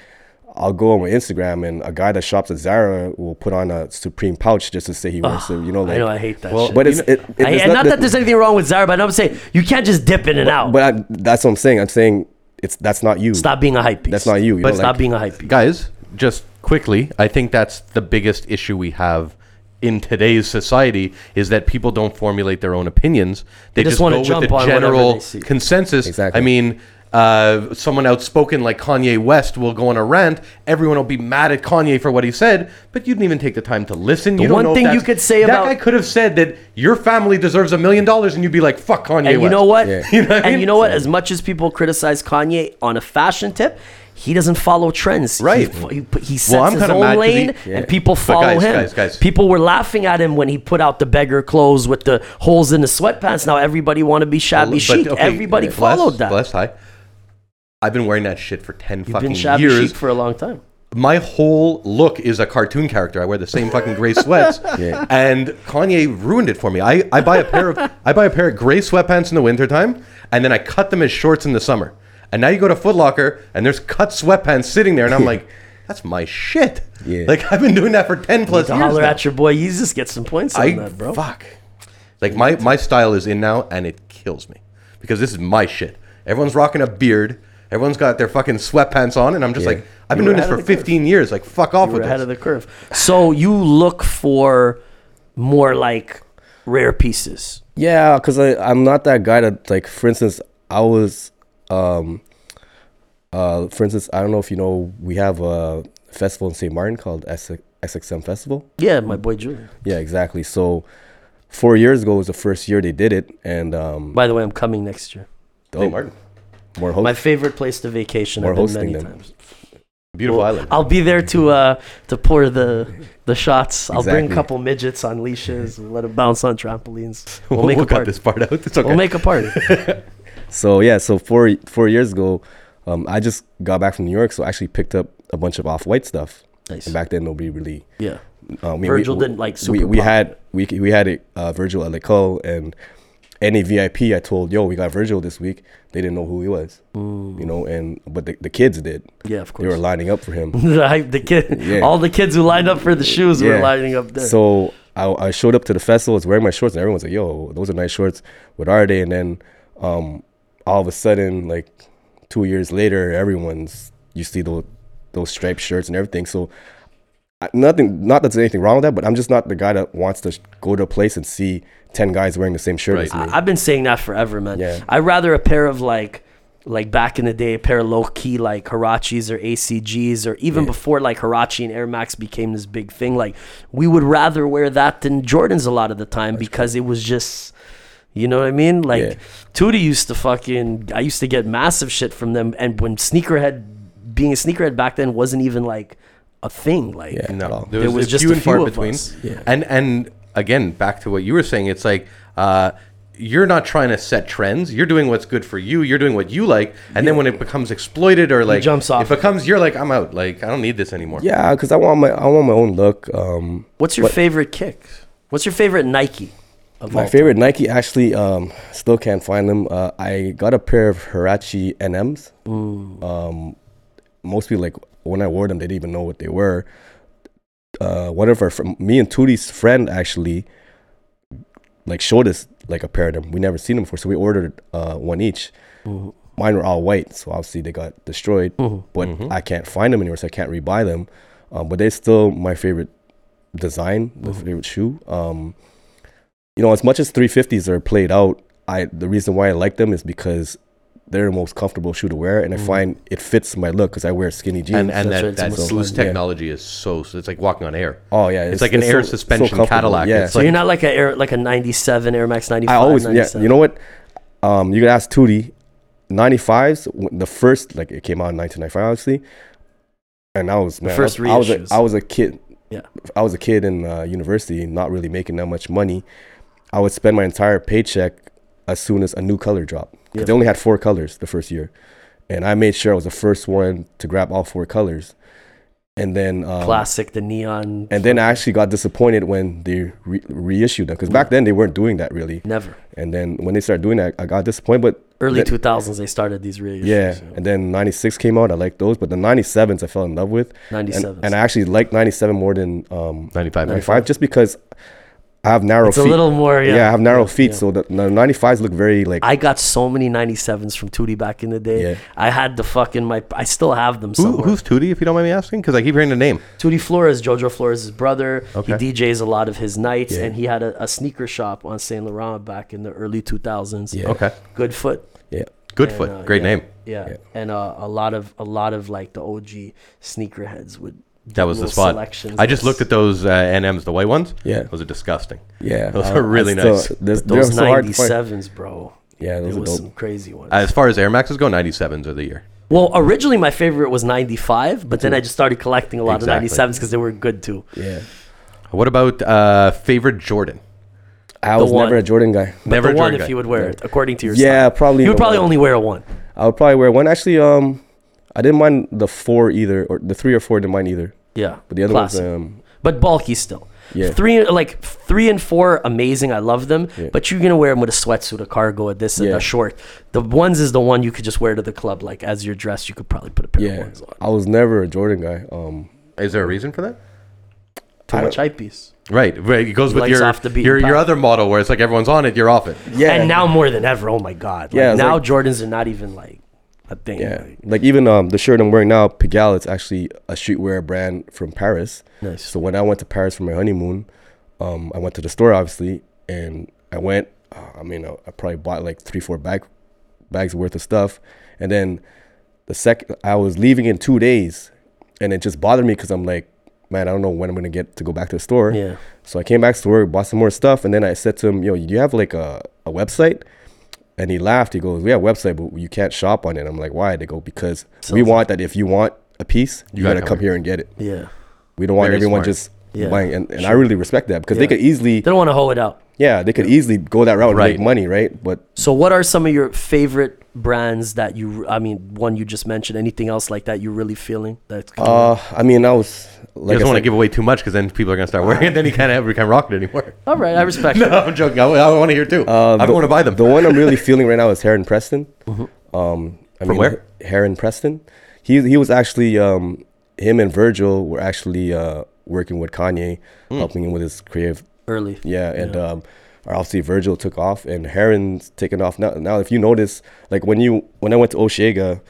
I'll go on my Instagram and a guy that shops at Zara will put on a Supreme pouch just to say he wears it. You know, like, Ah, I know I hate that. Well, shit. but it's it, it- I, it's and not, that the- there's anything wrong with Zara, but I'm saying you can't just dip in and out. But I, that's what I'm saying. I'm saying it's that's not you. stop being a hype piece. That's not you. you But know, stop like- being a hype piece. guys just quickly i think that's the biggest issue we have in today's society is that people don't formulate their own opinions they, just just, wanna go jump with on the whatever general they see. consensus Exactly. i mean uh, someone outspoken like Kanye West will go on a rant. Everyone will be mad at Kanye for what he said, but you didn't even take the time to listen. you don't one know if thing you that's- could say that about- guy could have said that your family deserves a million dollars, and you'd be like, "Fuck Kanye." And you West." know what? Yeah. You know what I mean? And you know what? As much as people criticize Kanye on a fashion tip, he doesn't follow trends. He, Right. fo- he, put- he sets Well, I'm his kinda own mad 'cause he- lane, Yeah. and people follow guys, him. guys, guys. People were laughing at him when he put out the beggar clothes with the holes in the sweatpants. Now everybody want to be shabby But, chic. okay, uh, everybody bless- followed that. Bless, hi. I've been wearing that shit for 10 You've fucking been shabby years. chic for a long time. My whole look is a cartoon character. I wear the same fucking gray sweats. Yeah. And Kanye ruined it for me. I, I buy a pair of I buy a pair of gray sweatpants in the wintertime and then I cut them as shorts in the summer. And now you go to Foot Locker and there's cut sweatpants sitting there and I'm like, that's my shit. Yeah. Like I've been doing that for 10 plus To years. holler now. at your boy, you just get some points on I that, bro. fuck. Like my my style is in now, and it kills me because this is my shit. Everyone's rocking a beard. Everyone's got their fucking sweatpants on, and I'm just Yeah. like, You I've been were doing this ahead for of the curve. 15 years. Like, fuck off you were with ahead this. of the curve. So you look for more like rare pieces. Yeah, because I'm not that guy that like. For instance, I was, um, uh, for instance, I don't know if you know, we have a festival in Saint Martin called SX, SXM Festival. Yeah, my boy Julian. Yeah, exactly. So, four years ago was the first year they did it, and um, oh, By the way, I'm coming next year. Hey, Oh, Martin, more My host. favorite place to vacation. Oh. We're I've been hosting many them. times. it'd beautiful island. I'll be there to uh, to pour the the shots. I'll bring a Exactly. couple midgets on leashes and let them bounce on trampolines. We'll, We'll, make a cut party. this part out. It's okay. We'll make a party. So yeah, so four four years ago, um, I just got back from New York, so I actually picked up a bunch of off white stuff. Nice. And back then, nobody really. yeah. Um, we- Virgil we, didn't, like, We, super we pop. had we we had it, uh, Virgil at Cole and any VIP I told yo we got Virgil this week. They didn't know who he was, you know, and but the, the kids did. Yeah, of They were course. lining up for him. the hype- the kid, Yeah. all the kids who lined up for the shoes were Yeah. lining up there. So I, I showed up to the festival. I was wearing my shorts, and everyone's like, "Yo, those are nice shorts. What are they?" And then, um, all of a sudden, like two years later, everyone's you see those those striped shirts and everything. So I- nothing, not that there's anything wrong with that, but I'm just not the guy that wants to sh- go to a place and see ten guys wearing the same shirt as me. I- I've been saying that forever, man. Yeah. I'd rather a pair of like like back in the day, a pair of low key like Harachis or ACGs or even before like Harachi and Air Max became this big thing, like we would rather wear that than Jordans a lot of the time because it was just you know what I mean? Like Yeah. Tutti used to fucking I used to get massive shit from them and when sneakerhead being a sneakerhead back then wasn't even like a thing. Like Yeah. at all. There There was was, a just few a and few far of between. us. And and again, back to what you were saying, it's like uh, you're not trying to set trends. You're doing what's good for you. You're doing what you like. And then when it becomes exploited or like jumps off it becomes you're like, I'm out. Like I don't need this anymore. Yeah, because I want my I want my own look. Um, what's your favorite kick? What's your favorite Nike? Of my all favorite Nike actually um, still can't find them. Uh, I got a pair of Hirachi NMs. Um, Mm, most people like when I wore them, they didn't even know what they were. Uh, one of our from me and Tooty's friend actually like showed us like a pair of them. We never seen them before, so we ordered uh, one each. mm, Mine were all white, so obviously they got destroyed. But Mm-hmm. I can't find them anywhere, so I can't rebuy them. Um, but they're still my favorite design, my Mm-hmm. favorite shoe. Um, you know, as much as 350s are played out, I the reason why I like them is because they're the most comfortable shoe to wear, and I find it fits my look because I wear skinny jeans. Mm-hmm. And and That's right, that, it's that almost loose like- yeah. technology is so, so it's like walking on air. oh yeah, It's, like an air so- so suspension comfortable, Cadillac. Yeah, It's So like you're not like a Air, like a 97 Air Max 95. I always yeah. 97. You know what? Um, you can ask Tootie. 95s, w- the first like it came out in 1995, obviously, and I was man, I first was- I was a, reissues. I was a kid. Yeah. I was a kid in uh, university, not really making that much money. I would spend my entire paycheck as soon as a new color dropped. 'Cause Yeah. They only had four colors the first year, and I made sure I was the first one to grab all four colors. And then um, classic, the neon. And then I actually got disappointed when they re- reissued them because back then they weren't doing that really. never And then when they started doing that, I got disappointed. But early the- 2000s they started these reissues. yeah, and then '96 came out. I liked those, but the '97s I fell in love with. And- 97s. and, I actually liked '97 more than um, 95. '95 just because I have narrow it's a feet. little more. yeah. Yeah, I have narrow feet, yeah. so the, the '95s look very like I got so many 97s from Tootie back in the day. Yeah. I had the fucking my. I still have them Who, somewhere. who's Tootie, if you don't mind me asking? Because I keep hearing the name. Tootie Flores, Jojo Flores' brother. Okay. He DJs a lot of his nights, Yeah. and he had a, a sneaker shop on Saint Laurent back in the early 2000s. Yeah. Okay. Good foot. yeah. Goodfoot. And, uh, Great yeah. name. Yeah. Yeah. and uh, a lot of a lot of like the OG sneakerheads would. That was the little spot. selections I of just s- looked at those uh, NMs, the white ones. Yeah. Those are disgusting. Yeah, Those I- are I really still- nice. Those, they're Uh, those so hard to find. 97s, bro. Yeah, those It are was dope. some crazy ones. As far as Air Maxes go, 97s are the year. well, originally my favorite was 95, but then I just started collecting a lot Exactly. of 97s because they were good too. Yeah, What about uh, favorite Jordan? I was one- never a Jordan guy. But Never the a one Jordan if guy. you would wear it, according to your Yeah, style. probably. You would the probably one. only wear one. I would probably wear one. Actually, um, I didn't mind the four either, or the three or four didn't mind either. Yeah, But the other classic. ones, um, but bulky still. Yeah. Three like three and four, amazing. I love them. Yeah. But you're gonna wear them with a sweatsuit, a cargo, a this, and Yeah. a short. The ones is the one you could just wear to the club, like as your dress. You could probably put a pair of yeah, ones on. I was never a Jordan guy. Um, Is there a reason for that? Too much hype piece. Right. right. It goes with Lights your off the beaten your, your path. other model where it's like everyone's on it, you're off it. yeah, And now more than ever, oh my god. Like, Yeah, it's now like- Jordans are not even like a thing. Yeah, like- like even um the shirt I'm wearing now, Pigalle, it's actually a streetwear brand from Paris. Nice. So when I went to Paris for my honeymoon, um, I went to the store obviously, and I went. uh, I mean, I, I probably bought like three, four bag bags worth of stuff, and then the second I was leaving in two days, and it just bothered me because I'm like, man, I don't know when I'm gonna get to go back to the store. Yeah. So I came back to work, bought some more stuff, and then I said to him, "Yo, you have like a, a website?" And he laughed. He goes, "We have a website, but you can't shop on it." I'm like, "Why?" They go, "Because we Sells. want that. If you want a piece, you gotta gotta come come here and get it. Yeah. We don't want Very everyone smart. just Yeah. buying, and, and I really respect that because they could easily, They don't want to hoe it out. yeah, they could easily go that route and Right. make money, right? But So, what are some of your favorite brands that you? I mean, one you just mentioned. Anything else like that you really feeling? That's uh, I mean, I was You like, I don't want to said, give away too much because then people are going to start wearing it. Then you can't have, we can't rock it anymore. all right. I respect. No, it. I'm joking. I, want to hear too. uh, I'm the- going to buy them. Mm-hmm. The one I'm really feeling right now is Heron Preston. Um, I From mean, where? Heron Preston. He he was actually um, him and Virgil were actually uh, working with Kanye, Hmm. helping him with his creative Early. Yeah, and Um, obviously Virgil took off, and Heron's taken off now. Now, if you notice, like when you when I went to Oshiega,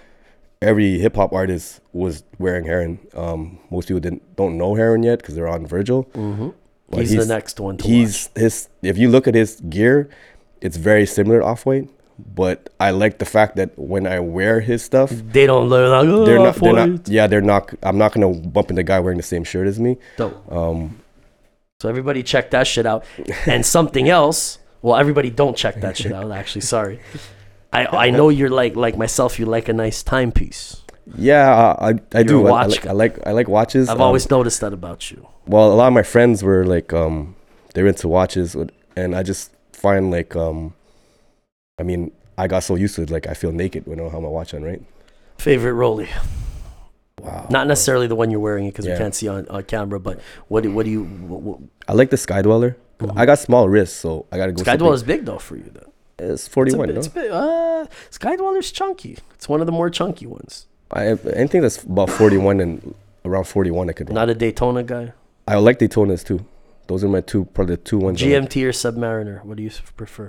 every hip hop artist was wearing Heron. Um, most people didn't don't know Heron yet because they're on Virgil. Mm-hmm. He's the next one to he's his. If you look at his gear, it's very similar to Off White, but I like the fact that when I wear his stuff. They don't learn. Like, oh, They're not, off they're not. white." Yeah, they're not. I'm not gonna bump into a guy wearing the same shirt as me. Um, Dope. so everybody check that shit out. And something else. Well, everybody don't check that shit out. Actually, sorry. I I know you're like like myself. You like a nice timepiece. Yeah, I I, I do. a I- I, watch like, guy. I like I like watches. I've um, always noticed that about you. well a lot of my friends were like um they're into watches with- and i just find like um i mean i got so used to it like i feel naked when i don't have my watch on right Favorite Rolly. wow Not necessarily the one you're wearing because Oh. Yeah. we can't see on, on camera. But what do, what do you? What, what, i like the sky dweller i got small wrists so i gotta go Skydwell is big though for you though. something- it's It's a 41 bit- no? it's a bit- uh, Skydweller's chunky. It's one of the more chunky ones. I, anything that's about 41 and around 41 i could rock. Not a Daytona guy. i like daytonas too those are my two probably the two ones I like. GMT or Submariner. What do you s- prefer?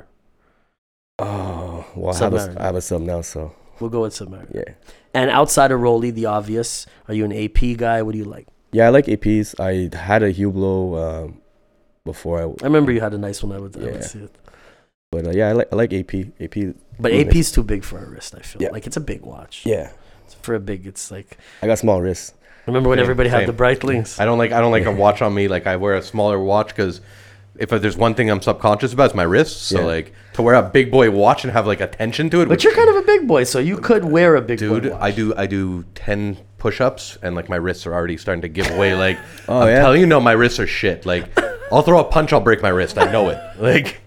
oh well I have, a, Submariner. I have a sub now so We'll go with Submariner. yeah And outside of Rolly, the obvious. Are you an AP guy? What do you like? yeah i like aps i had a hublot um before i I remember you had a nice one. I would, I Yeah. would see it. but uh, yeah i like i like ap ap But Mm. AP's too big for her wrist. I feel Yeah. like it's a big watch. yeah For a big, it's like. i got small wrists Remember when Same, everybody had same. the Breitlings? I don't like I don't like a watch on me. Like I wear a smaller watch because if there's one thing I'm subconscious about, it's my wrists. So Yeah. like to wear a big boy watch and have like attention to it. But you're kind of a big boy, so Uh, you could wear a big dude. boy watch. I do I do ten push-ups and like my wrists are already starting to give way. Like Oh, I'm yeah? telling you, no, my wrists are shit. Like I'll throw a punch, I'll break my wrist. I know it. Like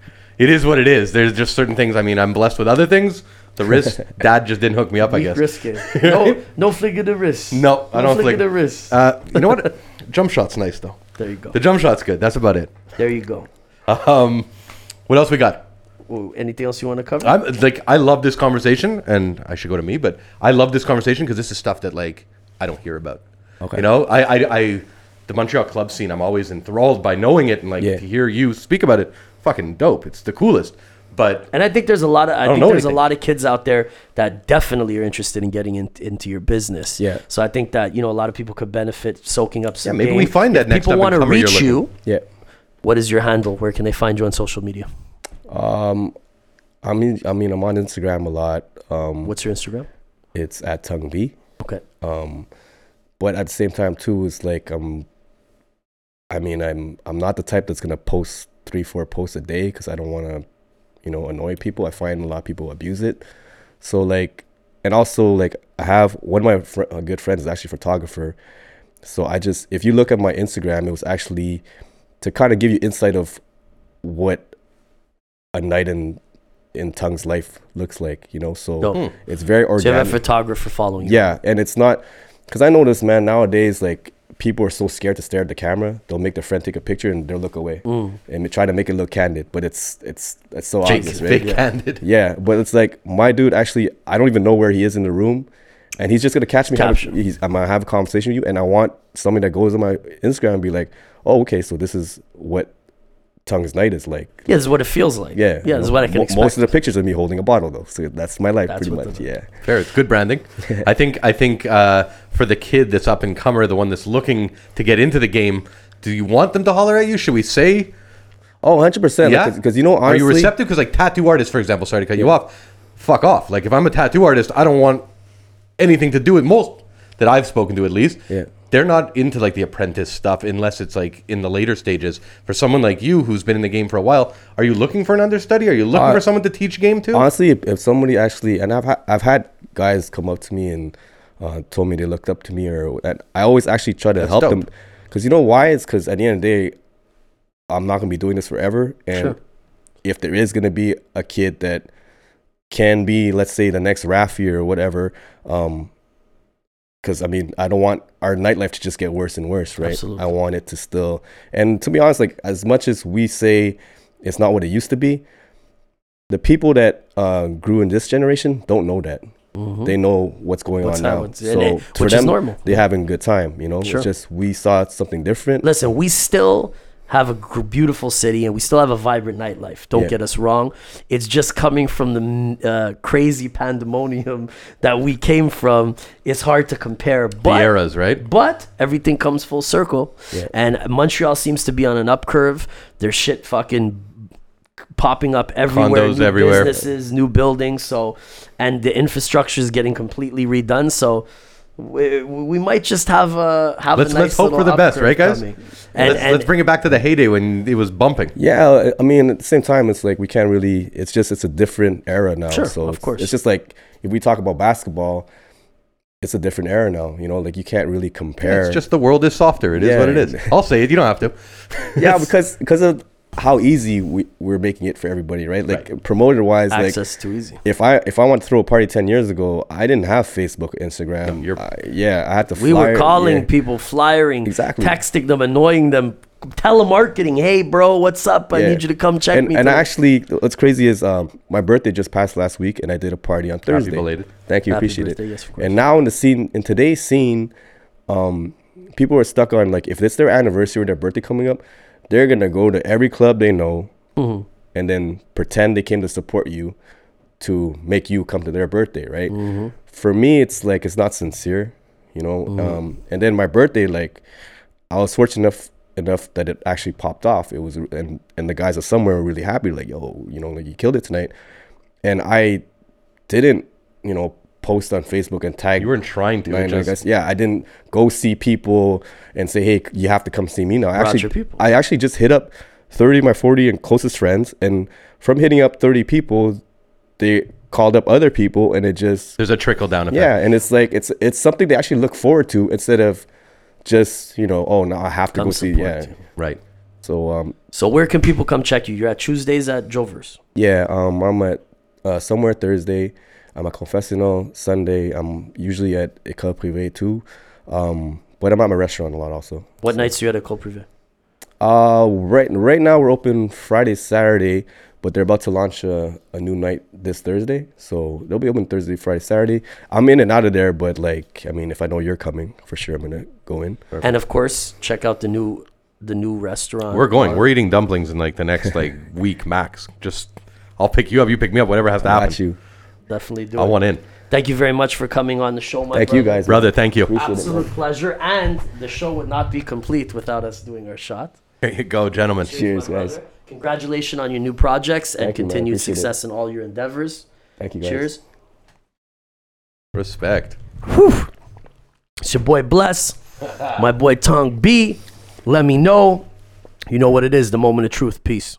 it is what it is. There's just certain things. I mean, I'm blessed with other things. The wrist, dad just didn't hook me up. I guess. Wrist game. No, no flick of the wrist. No, I no don't flick think. of the wrist. Uh, you know what? jump shot's nice though. there you go. The jump shot's good. That's about it. There you go. Um, what else we got? Ooh, anything else you want to cover? I'm like, I love this conversation, and I should go to me, but I love this conversation because this is stuff that like I don't hear about. Okay. You know, I, I, I, the Montreal club scene. I'm always enthralled by knowing it, and like Yeah. to hear you speak about it, fucking dope. It's the coolest. But and I think there's a lot of I, don't think know there's anything. a lot of kids out there that definitely are interested in getting in, into your business. Yeah. So I think that you know a lot of people could benefit soaking up some. maybe game. we find If that next people want to up-and-comer you're reach you. looking- Yeah. What is your handle? Where can they find you on social media? Um, I mean, I mean, I'm on Instagram a lot. Um, What's your Instagram? it's at Tung B. Okay. Um, but at the same time too, it's like um, I mean, I'm I'm not the type that's gonna post three, four posts a day because I don't want to, you know, annoy people. I find a lot of people abuse it. So like, and also like, I have one of my fr- uh, good friends is actually a photographer. So I just, if you look at my Instagram, it was actually to kind of give you insight of what a night in in Tung's life looks like. You know, so Oh, Dope. hmm, it's very organic. So you have a photographer following you. Yeah, and it's not because I notice, man, nowadays like people are so scared to stare at the camera. They'll make their friend take a picture and they'll look away Mm. and they try to make it look candid, but it's it's it's so Jake obvious, is right? big yeah. handed. but it's like my dude. Actually, I don't even know where he is in the room, and he's just gonna catch me. having- Caption. he's, I'm gonna have a conversation with you, and I want something that goes on my Instagram and be like, oh, okay, so this is what tongue's night is like. Yeah, this is what it feels like. Yeah, Yeah, this is what I can Mo- expect. Most of the pictures of me holding a bottle, though, so that's my life, That's pretty what much. the- Yeah. Fair. It's good branding. I think. I think uh, for the kid that's up and comer, the one that's looking to get into the game, do you want them to holler at you? Should we say? Oh, 100%. Yeah, Because you know, honestly. are you receptive? Because like tattoo artists, for example, sorry to cut you off. Fuck off. Like if I'm a tattoo artist, I don't want anything to do with most that I've spoken to at least. Yeah. They're not into like the apprentice stuff unless it's like in the later stages. For someone like you who's been in the game for a while, are you looking for an understudy? Are you Uh, looking for someone to teach game to? honestly if, if somebody actually and i've ha- i've had guys come up to me and uh, told me they looked up to me, or and I always actually try to help dope. them, because you know why? It's because at the end of the day, I'm not gonna be doing this forever, and Sure. if there is gonna be a kid that can be, let's say, the next Rafi or whatever, um, because I mean, I don't want our nightlife to just get worse and worse, right? Absolutely. I want it to still, and to be honest, like as much as we say it's not what it used to be, the people that uh, grew in this generation don't know that. Mm-hmm. They know what's going What's on now, happened, and so it- for which is them, normal. They're having a good time, you know. Sure. It's just we saw something different. listen, we still have a gr- beautiful city and we still have a vibrant nightlife. Don't Yeah. get us wrong. It's just coming from the mm, uh, crazy pandemonium that we came from. It's hard to compare. But the eras, right? but everything comes full circle, and Montreal seems to be on an up curve. There's shit fucking popping up everywhere. Condos new everywhere. Businesses, new buildings. So, and the infrastructure is getting completely redone. So. We, we might just have a have Let's a nice let's hope for little the best, upcurve right, guys? coming. Let's, And, and let's bring it back to the heyday when it was bumping. Yeah, I mean, at the same time, it's like we can't really. It's just it's a different era now. Sure, so of it's- course. it's just like if we talk about basketball, it's a different era now. You know, like you can't really compare. It's just the world is softer. It is Yeah. what it is. I'll say it. You don't have to. yeah, because because of how easy we we're making it for everybody, right? Like promoter wise, like access too easy. if I if I want to throw a party ten years ago, I didn't have Facebook, Instagram. you're- I- yeah, I had to. We were flyer- calling yeah. people, flyering, Exactly. texting them, annoying them, telemarketing. Hey, bro, what's up? I Yeah. need you to come check and, me. And I today." actually, what's crazy is um, my birthday just passed last week, and I did a party on Thursday. belated. Thank you, Happy appreciate birthday, it. yes, of course. and now in the scene, in today's scene, um, people are stuck on like if it's their anniversary or their birthday coming up, they're gonna go to every club they know, Mm-hmm. and then pretend they came to support you to make you come to their birthday, right? For me, it's like it's not sincere, you know. Um, and then my birthday, like I was fortunate enough enough that it actually popped off. It was and and the guys at somewhere were really happy, like yo, you know, like you killed it tonight. And I didn't, you know, post on Facebook and tag. You weren't trying to. my- it my just- guys. yeah, I didn't go see people and say, hey, you have to come see me now. I your actually, people. I actually just hit up thirty of my forty and closest friends, and from hitting up thirty people, they called up other people, and it just there's a trickle down effect. yeah, and it's like it's it's something they actually look forward to instead of just you know oh now I have to Come go see support yeah. you. Right. So um So where can people come check you? You're at Tuesdays at Jovers. yeah um I'm at uh, somewhere Thursday, I'm at confessional Sunday. I'm usually at Ecole Privée too, um but I'm at my restaurant a lot also. What nights you at at Col Privé? Uh right right now we're open Friday Saturday, but they're about to launch a, a new night this Thursday, so they'll be open Thursday Friday Saturday. I'm in and out of there, but like I mean if I know you're coming for sure I'm gonna go in. And of course, check out the new the new restaurant. Uh, We're going. We're eating dumplings in like the next like week max. Just I'll pick you up. You pick me up. Whatever has to happen. Got you. definitely do I it. want in, Thank you very much for coming on the show, my Thank you brother. guys. brother. Thank you. Appreciate it, man. Absolute pleasure, and the show would not be complete without us doing our shot. There you go, gentlemen. Cheers, my guys. brother. Congratulations on your new projects and Thank you, man. continued Appreciate it. success in all your endeavors. Thank you guys. Cheers. Respect. Whew. It's your boy Bless, my boy Tongue B. Let me know. You know what it is the moment of truth. Peace.